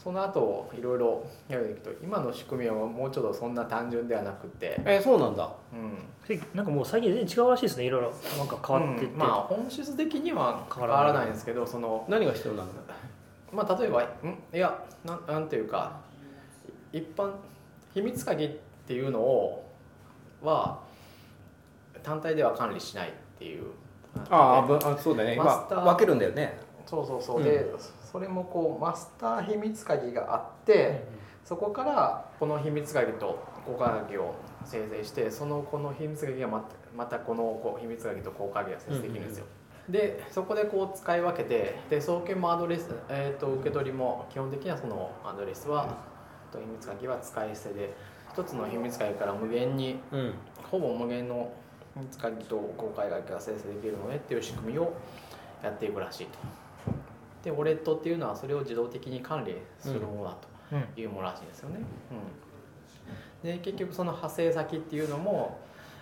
その後いろいろやると今の仕組みはもうちょっとそんな単純ではなくて、
えそうなんだ
うん
でなんかもう最近全然違うらしいですねいろいろなんか変わってって、
うんまあ本質的には変わらないんですけどその、
何が必要なんだ
まあ、例えばんいやなんなんていうか一般秘密鍵っていうのをは単体では管理しないっていう
ああぶあそうだね
マスター
今分けるんだよね
そうそうそうで、それもこうマスター秘密鍵があって、そこからこの秘密鍵と効果鍵を生成してそのこの秘密鍵がまたまたこのこう秘密鍵と効果鍵が生成できるんですよ、でそこでこう使い分けてで送検もアドレス、えー、と受け取りも基本的にはそのアドレスは、と秘密鍵は使い捨てで一つの秘密鍵から無限に
うん
ほぼ無限の秘密鍵と公開鍵が生成できるのねっていう仕組みをやっていくらしいと。でウォレットっていうのはそれを自動的に管理するものだと。
うん
いうものらしいんですよね。うん、で結局その派生先っていうのも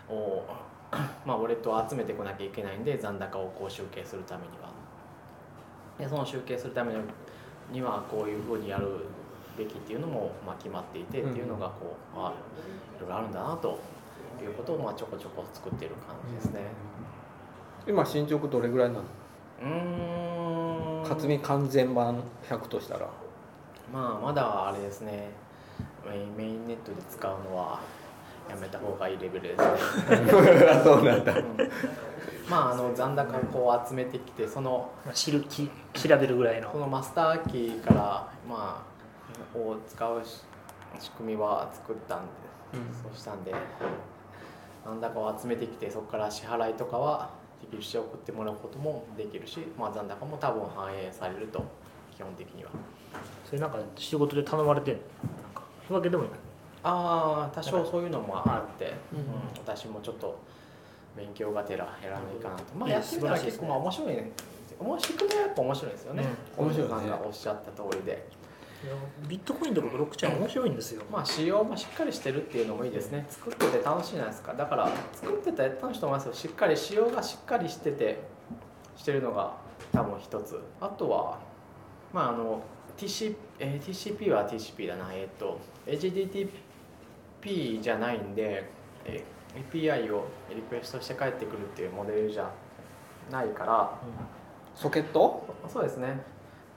お まあウォレットを集めてこなきゃいけないんで残高をこう集計するためには。でその集計するためにはこういうふうにやるべきっていうのもまあ決まっていてっていうのがこう、あいろいろあるんだなということをまあちょこちょこ作ってる感じですね。
今進捗どれぐらいなの
うーん
勝見完全版100としたら
まあまだあれですねメインメインネットで使うのはやめた方がいいレベルですね、
そうなんだ
うんまああの残高をこう集めてきてその
まあ、知るき調べるぐらい
こ
の
のマスターキーからまあを使うし仕組みは作ったんで、そうしたんで残高を集めてきてそこから支払いとかはできるし送ってもらうこともできるし、まあ、残高も多分反映されると基本的には
それなんか仕事で頼まれてんのなんかわけでもない
ああ多少そういうのもあって、
うん
うん私もちょっと勉強がてら減らないかなと、まあ
いや
やってみたら
素晴らしいです
結構
ね
まあ面白いね面白くもやっぱ面白いですよね、
うん面白いね
小野さんがおっしゃった通りで
いやビットコインとかブロックチェーン面白いんですよ、
まあ使用もしっかりしてるっていうのもいいですね作ってて楽しいじゃないですかだから作ってて楽しいと思いますよしっかり使用がしっかりしててしてるのが多分一つあとはまああの TC、えー TCP は TCP だなえっ、と HTTP じゃないんで、えー API をリクエストして帰ってくるっていうモデルじゃないから
ソケット
そそうですね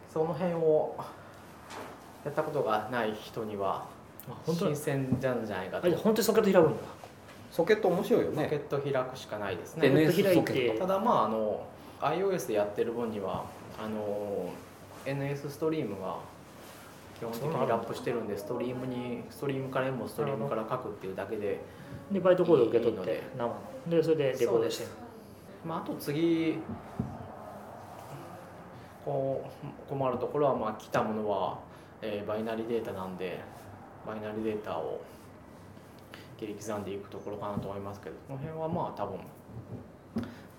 その辺をやったことがない人には
あ本当
新
に
鮮なんじゃないか
あ
と
れ本当にソケット開くんだ
ソケット面白いよ
ポケ
ね
ット開くしかないです
で
ね
ね
NS 開いて
ただまああの iOS でやってる分にはあの NS ストリームが基本的にラップしてるんでストリームにストリームから M をストリームから書くっていうだけで、
でバイトコード受け取っ
いい
て
ので
生のでそれでレコードしてる
まあ、あと次こう困るところはまあ来たものは、えーバイナリデータなんでバイナリデータを切り刻んでいくところかなと思いますけどこの辺はまあ多分、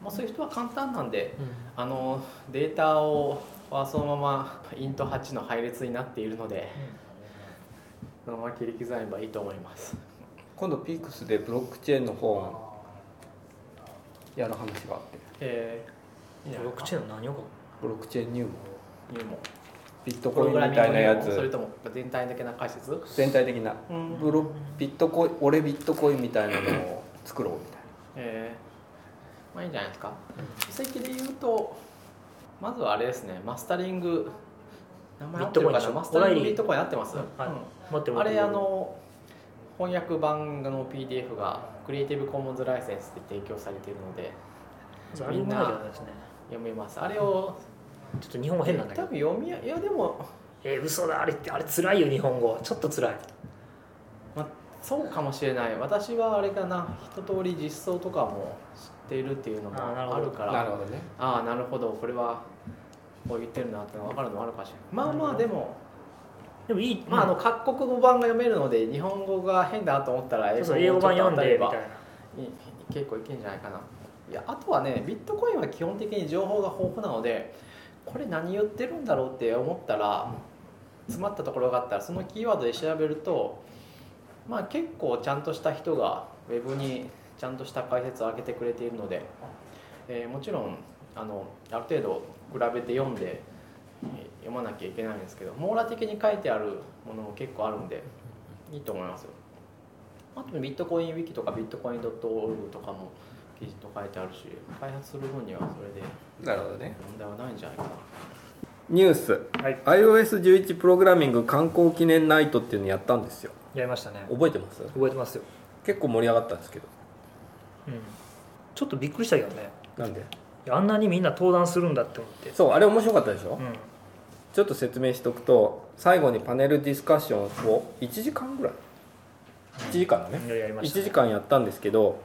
まあ、そういう人は簡単なんであのデータをはそのままイント8の配列になっているので、そのまま切り刻めばいいと思います。
今度ピークスでブロックチェーンの本やる話があって
えー、いい
ブロックチ
ェ
ェーンの何をか
ブロックチェーン入門
ーンも
ビット
プ
コイ
ロ
ン
グ
み
ラミング
たいなや
それ
つ
とも全体的な解説、
全体的なブロビットコイン俺ビットコインみたいなのを作ろうみたいな
えーまあいいんじゃないですか布石で言うとまずはあれですねマスタリング名前合ってる
ビットコインで
か
し
な
ょ
マスタリン
オライリ
グ
ー
ビットコイン合ってます、
はい待って
うん
待
あ
って
れあの翻訳版の PDF がクリエイティブコモンズライセンスで提供されているので
あれもないじゃないですね
読めますあれを
ちょっと日本語変なんだけ
多
ど
分読みやいやでも、
えー、嘘だあれってあれ辛いよ日本語ちょっと辛い
まあ、そうかもしれない私はあれかな一通り実装とかも知っているっていうのも
あーなるほ
あ
ど
るから
ほどね
ああなるほどこれはこう言ってるなってのが分かるのもあるかもしれないまあまあでも、
でもいい
まあ、あの各国語版が読めるので日本語が変だと思ったら
そうそう英語版読んでみたいな
な結構いけんじゃないかないやあとはねビットコインは基本的に情報が豊富なのでこれ何言ってるんだろうって思ったら詰まったところがあったらそのキーワードで調べるとまあ結構ちゃんとした人がウェブにちゃんとした解説を上げてくれているので、えーもちろんあのある程度比べて読んでえー読まなきゃいけないんですけど網羅的に書いてあるものも結構あるんでいいと思いますよあとビットコインウィキとかビットコイン .org とかも記事と書いてあるし開発する分にはそれで
なるほどね
問題はないんじゃないかな
ニュース
はい
iOS11 プログラミング観光記念ナイトっていうのやったんですよ
やりましたね
覚えてます
覚えてますよ、
結構盛り上がったんですけど
うん、ちょっとびっくりしたけどね
なんで
いやあんなにみんな登壇するんだって思って
そうあれ面白かったでしょ、
うん
ちょっと説明しておくと最後にパネルディスカッションを1時間ぐらい1時間だね
いろいろやりましたね
1時間やったんですけど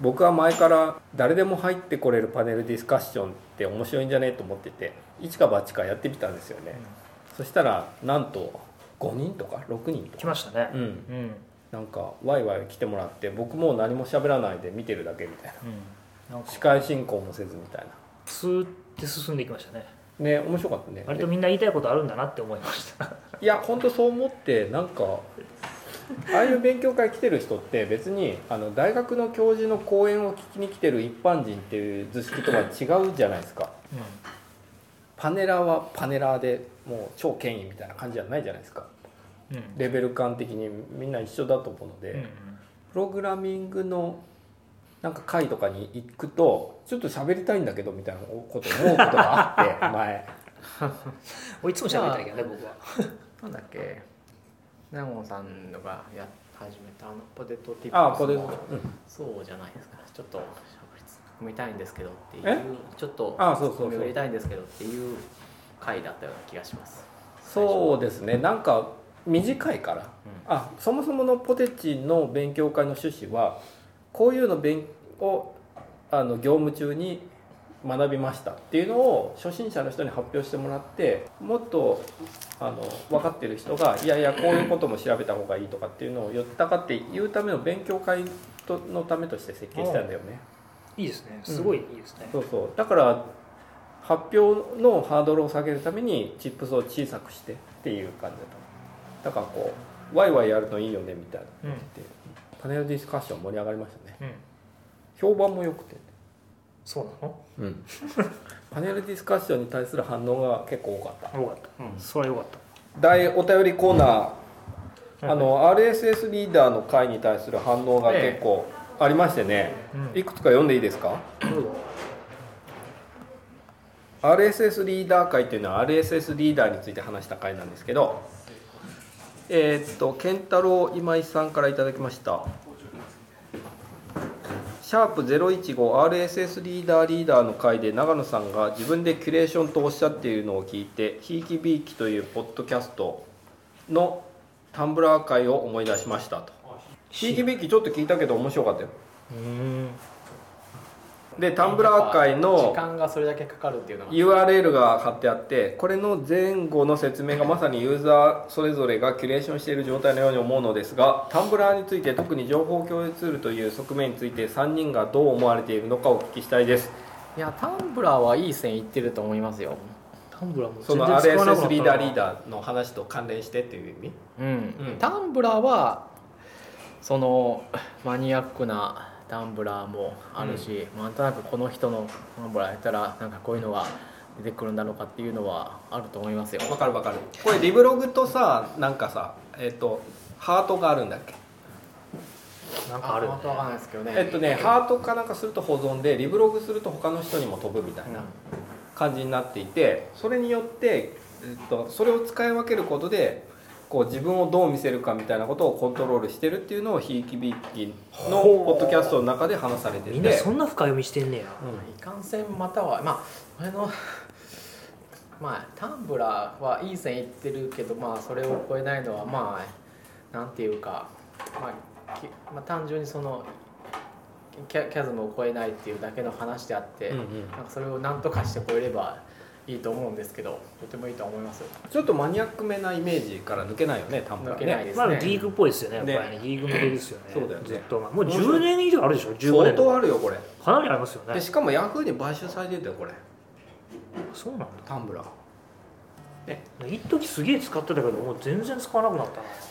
僕は前から誰でも入ってこれるパネルディスカッションって面白いんじゃねえと思ってて一か八かやってみたんですよね、そしたらなんと5人とか6人と
来
か、
ましたね
う、ん、
うんうん
なんかワイワイ来てもらって僕もう何も喋らないで見てるだけみたい
なん
な
か
司会進行もせずみたい
スーって進んでいきましたね
なね面白かったね
割とみんな言いたいことあるんだなって思いました
いや本当そう思ってなんかああいう勉強会来てる人って別にあの大学の教授の講演を聞きに来てる一般人っていう図式とは違うじゃないですかパネラーはパネラーでもう超権威みたいな感じじゃないじゃないですか
うんうん
レベル感的にみんな一緒だと思うので、
うんうん
プログラミングのなんか会とかに行くとちょっと喋りたいんだけどみたいなこと思うことがあ って前
俺いつも喋りたいけどね僕は
なんだっけナゴンさんのがや始めたあのポテトティップス
ああこれ、うん、
そうじゃないですかちょっとしゃぶりつ組みたいんですけどっていうちょっと
あそうそうそう
組み売りたいんですけどっていう回だったような気がします
そうですねなんか短いから、
う
あそもそものポテチの勉強会の趣旨はこういうの勉をあの業務中に学びましたっていうのを初心者の人に発表してもらってもっとあの分かってる人がいやいやこういうことも調べた方がいいとかっていうのを言ったかっていうための勉強会とのためとして設計したんだよね。
いいですねすごいいいですね、
そうそうだから発表のハードルを下げるためにチップスを小さくしてっていう感じだっただからこうワイワイやるのいいよねみたいな
う
っ
ん
てパネルディスカッション盛り上がりましたね
うん、
評判も良くて、
そうなの
うん、パネルディスカッションに対する反応が結構多かった
よかった、
うん
それはよかっ
大お便りコーナー
た
あ、の RSS リーダーの会に対する反応が結構ありましてね
うん、
いくつか読んでいいですか
どうぞ
RSS リーダー会っていうのは RSS リーダーについて話した会なんですけどえーっと健太郎今井さんからいただきましたシャープ 015RSS リーダーリーダーの回で長野さんが自分でキュレーションとおっしゃっているのを聞いて「ひいきびいき」というポッドキャストのタンブラー会を思い出しましたとひいきびいきちょっと聞いたけど面白かったよ
うん
でタンブラー会の
時間がそれだけかかるっていうのが
URL が貼ってあってこれの前後の説明がまさにユーザーそれぞれがキュレーションしている状態のように思うのですがタンブラーについて特に情報共有ツールという側面について3人がどう思われているのかをお聞きしたいです
いやタンブラーはいい線いってると思いますよ
タンブラーも
そ
全
の
然使わなくなった
RSS
な
リーダーリーダーの話と関連してっていう意味
うん、
うん
タンブラーはそのマニアックなタンブラーもあるし、まあなんとなくこの人のタンブラーやったらなんかこういうのが出てくるんだろうかっていうのはあると思いますよ
わかるわかるこれリブログとさなんかさえっ、とハートがあるんだっけ
なんかあるよね
わかんないですけどね
えっとねハートかなんかすると保存でリブログすると他の人にも飛ぶみたいな、感じになっていてそれによって、えっと、それを使い分けることでこう自分をどう見せるかみたいなことをコントロールしてるっていうのをひいきびいきのポッドキャストの中で話されてて
みんなそんな深読みしてんねや
う
いかんせんまたはまああの まあタンブラーはいい線いってるけどまあそれを超えないのはまあなんていうか、まあ、きまあ単純にそのキャキャズムを超えないっていうだけの話であって、
んうん
なんかそれを何とかして超えればいいと思うんですけどとてもいいと思いますよ
ちょっとマニアックめなイメージから抜けないよねタンブラ
抜
ー
けない
ね
です
ま
ね、
あギークっぽいですよねやっぱりねギーク向けですよね
そうだよね
ずっとまあもう10年以上あるでしょ15
相
年と
当あ
か
るよこれ
かなりありますよ
で
ね
しかもヤフーに買収されてたよこれ
そうなんだ
タンブラー
一時すげえ使ってたけどもう全然使わなくなっ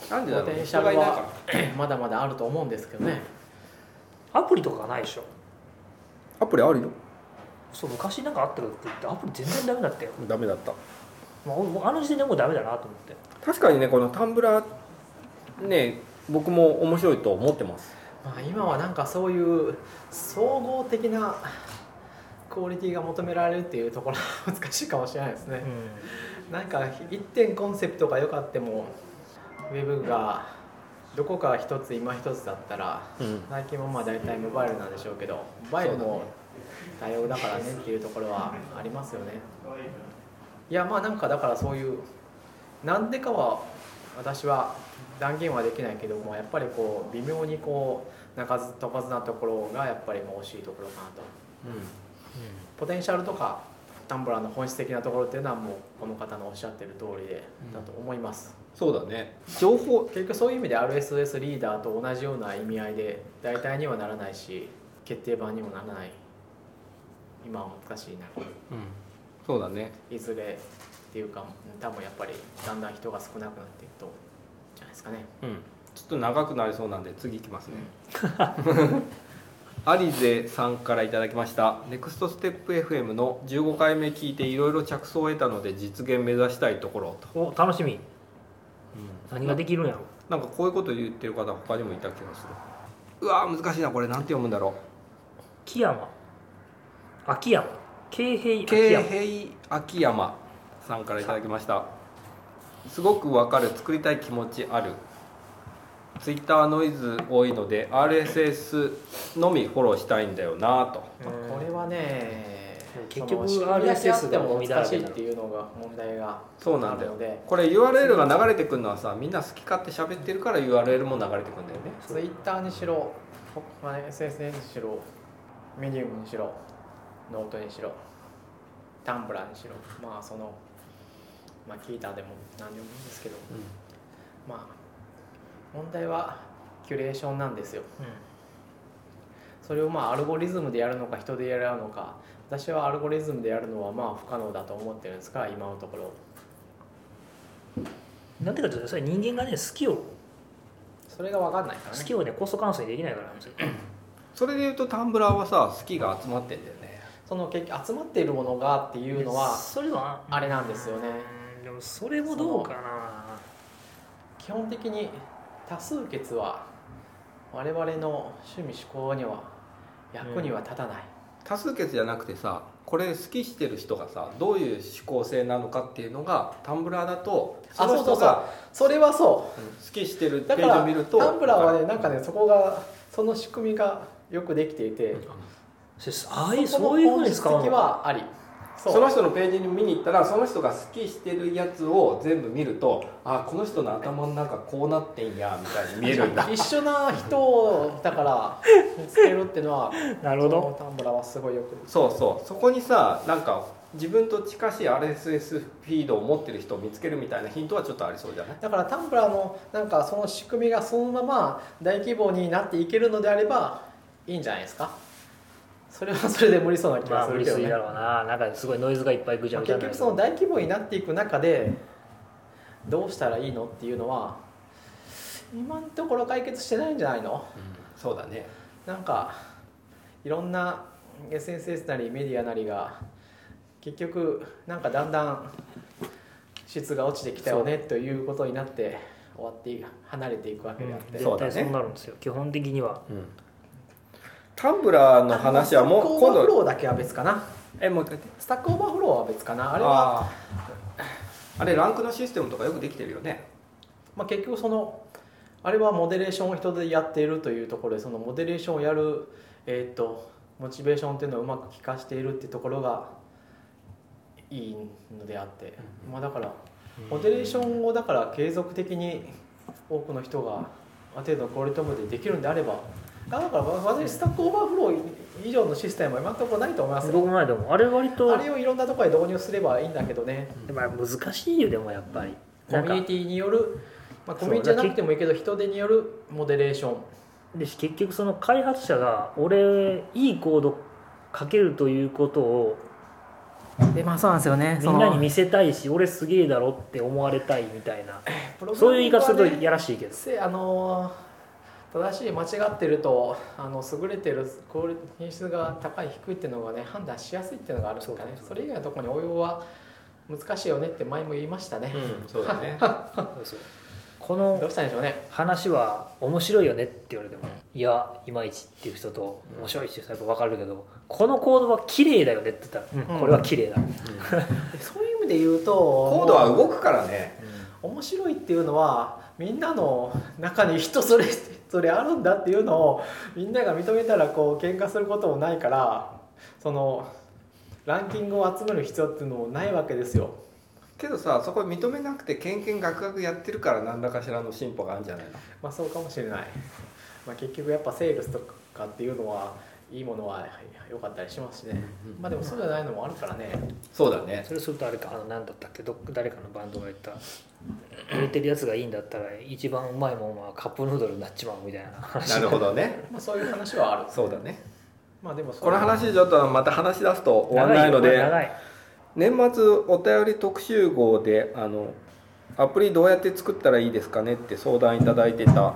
たな
なんでだろ
ポ
う
テンシ
人
ャル
が
はい
ないから
まだまだあると思うんですけどね
アプリとかないでしょ
アプリあるよ
そう昔なんかあったけどって言ってアプリ全然ダメだったよ、
ダメだった
まあ、もうあの時点でもうダメだなと思って
確かにねこのタンブラーね僕も面白いと思ってます
まあ、今はなんかそういう総合的なクオリティが求められるっていうところは難しいかもしれないですね、なんか一点コンセプトが良かってもウェブがどこか一つ今一つだったら
うん
最近もまあ大体モバイルなんでしょうけどモバイルも対応だからねっていうところはありますよねいやまあなんかだからそういうなんでかは私は断言はできないけどもやっぱりこう微妙にこう鳴かず飛ばずなところがやっぱりまあ惜しいところかなとポテンシャルとかタンブラーの本質的なところっていうのはもうこの方のおっしゃってる通りでだと思います、
そうだね情報
結局そういう意味で RSS リーダーと同じような意味合いで代替にはならないし決定版にもならない今は難しいな
そうだね
いずれっていうか多分やっぱりだんだん人が少なくなっていくとじゃないですかね
うんちょっと長くなりそうなんで次いきます ねアリゼさんからいただきました「ネクストステップ f m の15回目聞いていろいろ着想を得たので実現目指したいところ」と、
お楽しみ何ができるんやろ
なんかこういうこと言ってる方他にもいた気がするうわー難しいなこれなんて読むんだろ
木山秋山京平
う
秋
京
山
平秋山さんからいただきましたすごくわかる作りたい気持ちあるツイッターノイズ多いので RSS のみフォローしたいんだよなぁと
まあこれはね
結局
その仕組みだけあっても
RSS が
難しいっていうのが問題が
そうなんだよ
あるので
これ URL が流れてくるのはさみんな好き勝手喋ってるから URL も流れてくるんだよね
ツイッターにしろ、まあ、SNS にしろメディウムにしろノートにしろタンブラーにしろまあそのまあキーターでも何でもいいんですけどまあ問題はキュレーションなんですよそれをまあアルゴリズムでやるのか人でやるのか私はアルゴリズムでやるのはまあ不可能だと思ってるんですが今のところ
うんなんていうかというとそれ人間がね好きを
それが分かんないから
好
ね
きをねコスト完成できないからなんですよ
それでいうとタンブラーはさ好きが集まってんだよね
その結局集まっているものがっていうのは
それは
あれなんですよね
うんでもそれもどうかな
基本的に多数決は我々の趣味思考には役には立たない、
多数決じゃなくてさこれ好きしてる人がさどういう思考性なのかっていうのがタンブラーだとそ
あ
の人が
それはそう
うん好きしてるペ
だか
ージ
ら
を見ると
タンブラーはねなんかねそこがその仕組みがよくできていて、
そああいう
そこの
そういうふうに使う
本質的
の
はあり
その人のページに見に行ったらその人が好きしてるやつを全部見るとあこの人の頭の中こうなってんやみたいに見えるんだ
一緒な人をだから見つけるっていうのは
なるほど
そのタンブラーはすごいよく
そうそうそこにさなんか自分と近しい RSS フィードを持ってる人を見つけるみたいなヒントはちょっとありそうじゃない
だからタンブラーのなんかその仕組みがそのまま大規模になっていけるのであればいいんじゃないですかそれはそれで無理そうな気
ま
が
あ
す
無
る
理
けど
す
ね、
ぎだろうななんかすごいノイズがいっぱいぐちゃ
まあ
ぐちゃ
結
になる
局その大規模になっていく中でどうしたらいいのっていうのは今のところ解決してないんじゃないの
そうだね
なんかいろんな SNS なりメディアなりが結局なんかだんだん質が落ちてきたよねということになって終わって離れていくわけであっ
うん
て、
そう
絶
だ
対
ね
そうなるんですよ基本的には
うんタンブラーの話はもう
スタック
今
オーバーフ
度
ローだけは別かな
えもう一回言って
スタックオーバーフローは別かなあ
あ
れは
ーあれランクのシステムとかよくできてるよね
まあ、結局そのあれはモデレーションを人でやっているというところでそのモデレーションをやる、えー、とモチベーションっていうのをうまく効かしているってところがいいのであって、まあ、だからモデレーションをだから継続的に多くの人がある程度のゴリトムでできるんであればあだから私スタックオーバーフロー以上のシステムは今のところないと思いますよ
僕もないでもあれ割と
あれをいろんなところで導入すればいいんだけどね
でも難しいよでもやっぱり
コ
なん
ミュニ
か
ティによる、まあ、
そ
コ
う
ミュニティじゃなくてもいいけど人手によるモデレーション
で結局その開発者が俺いいコード書けるということを
でまあそうなんですよね
みんなに見せたいし俺すげえだろって思われたいみたいな
プログラミングはね
そういう言い方するとやらしいけど
せあのー正しい間違ってるとあの優れてるクオリ品質が高い低いっていうのがね判断しやすいっていうのがあるんですかね
そう
それ以外のところに応用は難しいよねって前も言いましたね、
うんそうだ ね
こ
ど
の
うしたんでしょうね
話は面白いよねって言われてもいやいまいちっていう人と面白いっていう人は分かるけどこのコードは綺麗だよねって言ったら、うんこれは綺麗だ、
そういう意味で言うと
コードは動くからね
面白いっていうのはみんなの中に人それぞれあるんだっていうのをみんなが認めたらこう喧嘩することもないからそのランキングを集める必要っていうのもないわけですよ。
けどさそこ認めなくてケンケンガクガクやってるから何らかしらの進歩があるんじゃないの
まあそうかもしれない、まあ、結局やっぱセールスとかっていうのはいいものは良かったりしますしね、
うんうん
まあでもそうじゃないのもあるからね
そうだね
それするとあれかあの何だったっけどっ誰かのバンドが言った売れてるやつがいいんだったら一番うまいもんはカップヌードルになっちまうみたいな話
なるほどね
まあそういう話はある
そうだね
まあでもそ
こ
れ
の
は
話ちょっとまた話し出すと終わらないの
長
で
よ長い
年末お便り特集号であのアプリどうやって作ったらいいですかねって相談いただいてたん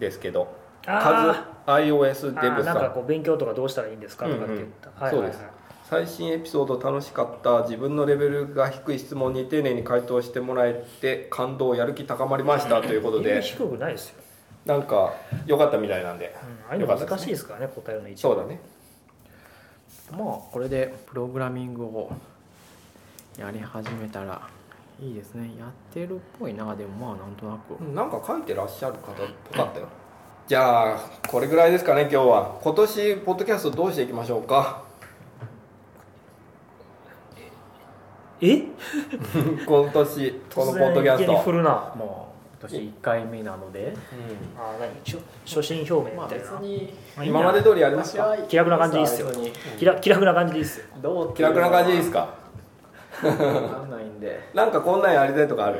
ですけど
あ
カズ iOS デ
ー
ブ
あー
さ
なんか
ん
こう勉強とかどうしたらいいんですかとかって言った、
うんそうです最新エピソード楽しかった自分のレベルが低い質問に丁寧に回答してもらえて感動やる気高まりましたということ
意味
で
低くないですよ、
なんか良かったみたいなんで
うん、ああいうの難しいですからね答えるの一
そうだね
まあこれでプログラミングをやり始めたらいいですねやってるっぽいなでもまあなんとなく
なんか書いてらっしゃる方っぽかったよじゃあこれぐらいですかね今日は今年ポッドキャストどうしていきましょうか
え
今年このポッドキャ
突然
ス
池に
ト
振るな
まあ今年1回目なので
う
ああ何初初心表明
ま
みた
あ
い
別
な、
に
ま
ん
あいいんじゃな
今
い
まで通りやります
私は
か
気楽な感じいいっすよ
別に
気楽気楽な感じでいいっすよ
どうって
気
いう
楽
のは
な感じでいいですか
わかんない んで
なんかこんなんやりたいとかある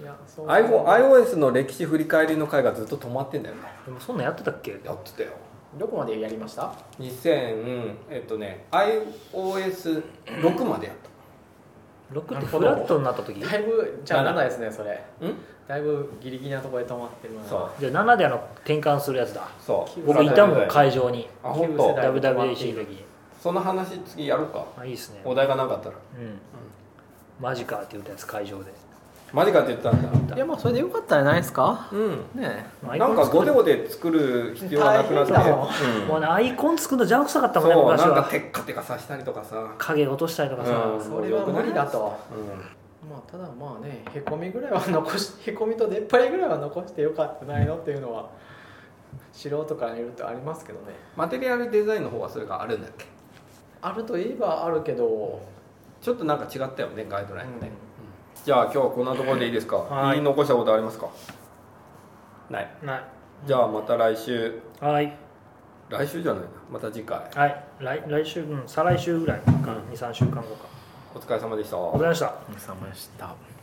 いやそう
iPhone iOS の歴史振り返りの回がずっと止まってんだよね
でもそんなんやってたっけ
やってたよ
どこまでやりました
2000えっとね iOS6 までやっ
6ってフラットになった時
だいぶじゃあ
7
7ですねそれ
たん
だいぶギリギリなところで止まってるな
そう
じゃあ7であの転換するやつだ
そう
僕いたもん
あ
会場に
ほん
旧世
と
代
WWDC の時に
その話次やろうか
あいいっすね
お題がなかったら
うんマジかって言ったやつ会場で
マジかって言ったんだ
いやまあそれでよかったんじゃないですか
うん
ね
なんかゴデ
も
ゴデ作る必要はなくなって
大変だもん
うん
うねアイコン作るの邪魔くさかったもんね
そう
昔
なんか
は
テッカテカさしたりとかさ
影落としたりとか
う
さ
ん
えそれは無理だと
う
まあただまあねへこみぐらいは残しへこみと出っ張りぐらいは残してよかったんじゃないのっていうのは素人から見るとありますけどね
マテリアルデザインの方はそれがあるんだっけ
あるといえばあるけど、
ちょっとなんか違ったよねガイドラインがね、じゃあ今日はこんなところでいいですか、
はい
言い残したことありますかない
な
じゃあまた来週
はい
来週じゃないなまた次回
はい来来週うん再来週ぐらいか23週間後か
お疲れ様でした
お疲れ様でした
お疲れ様でした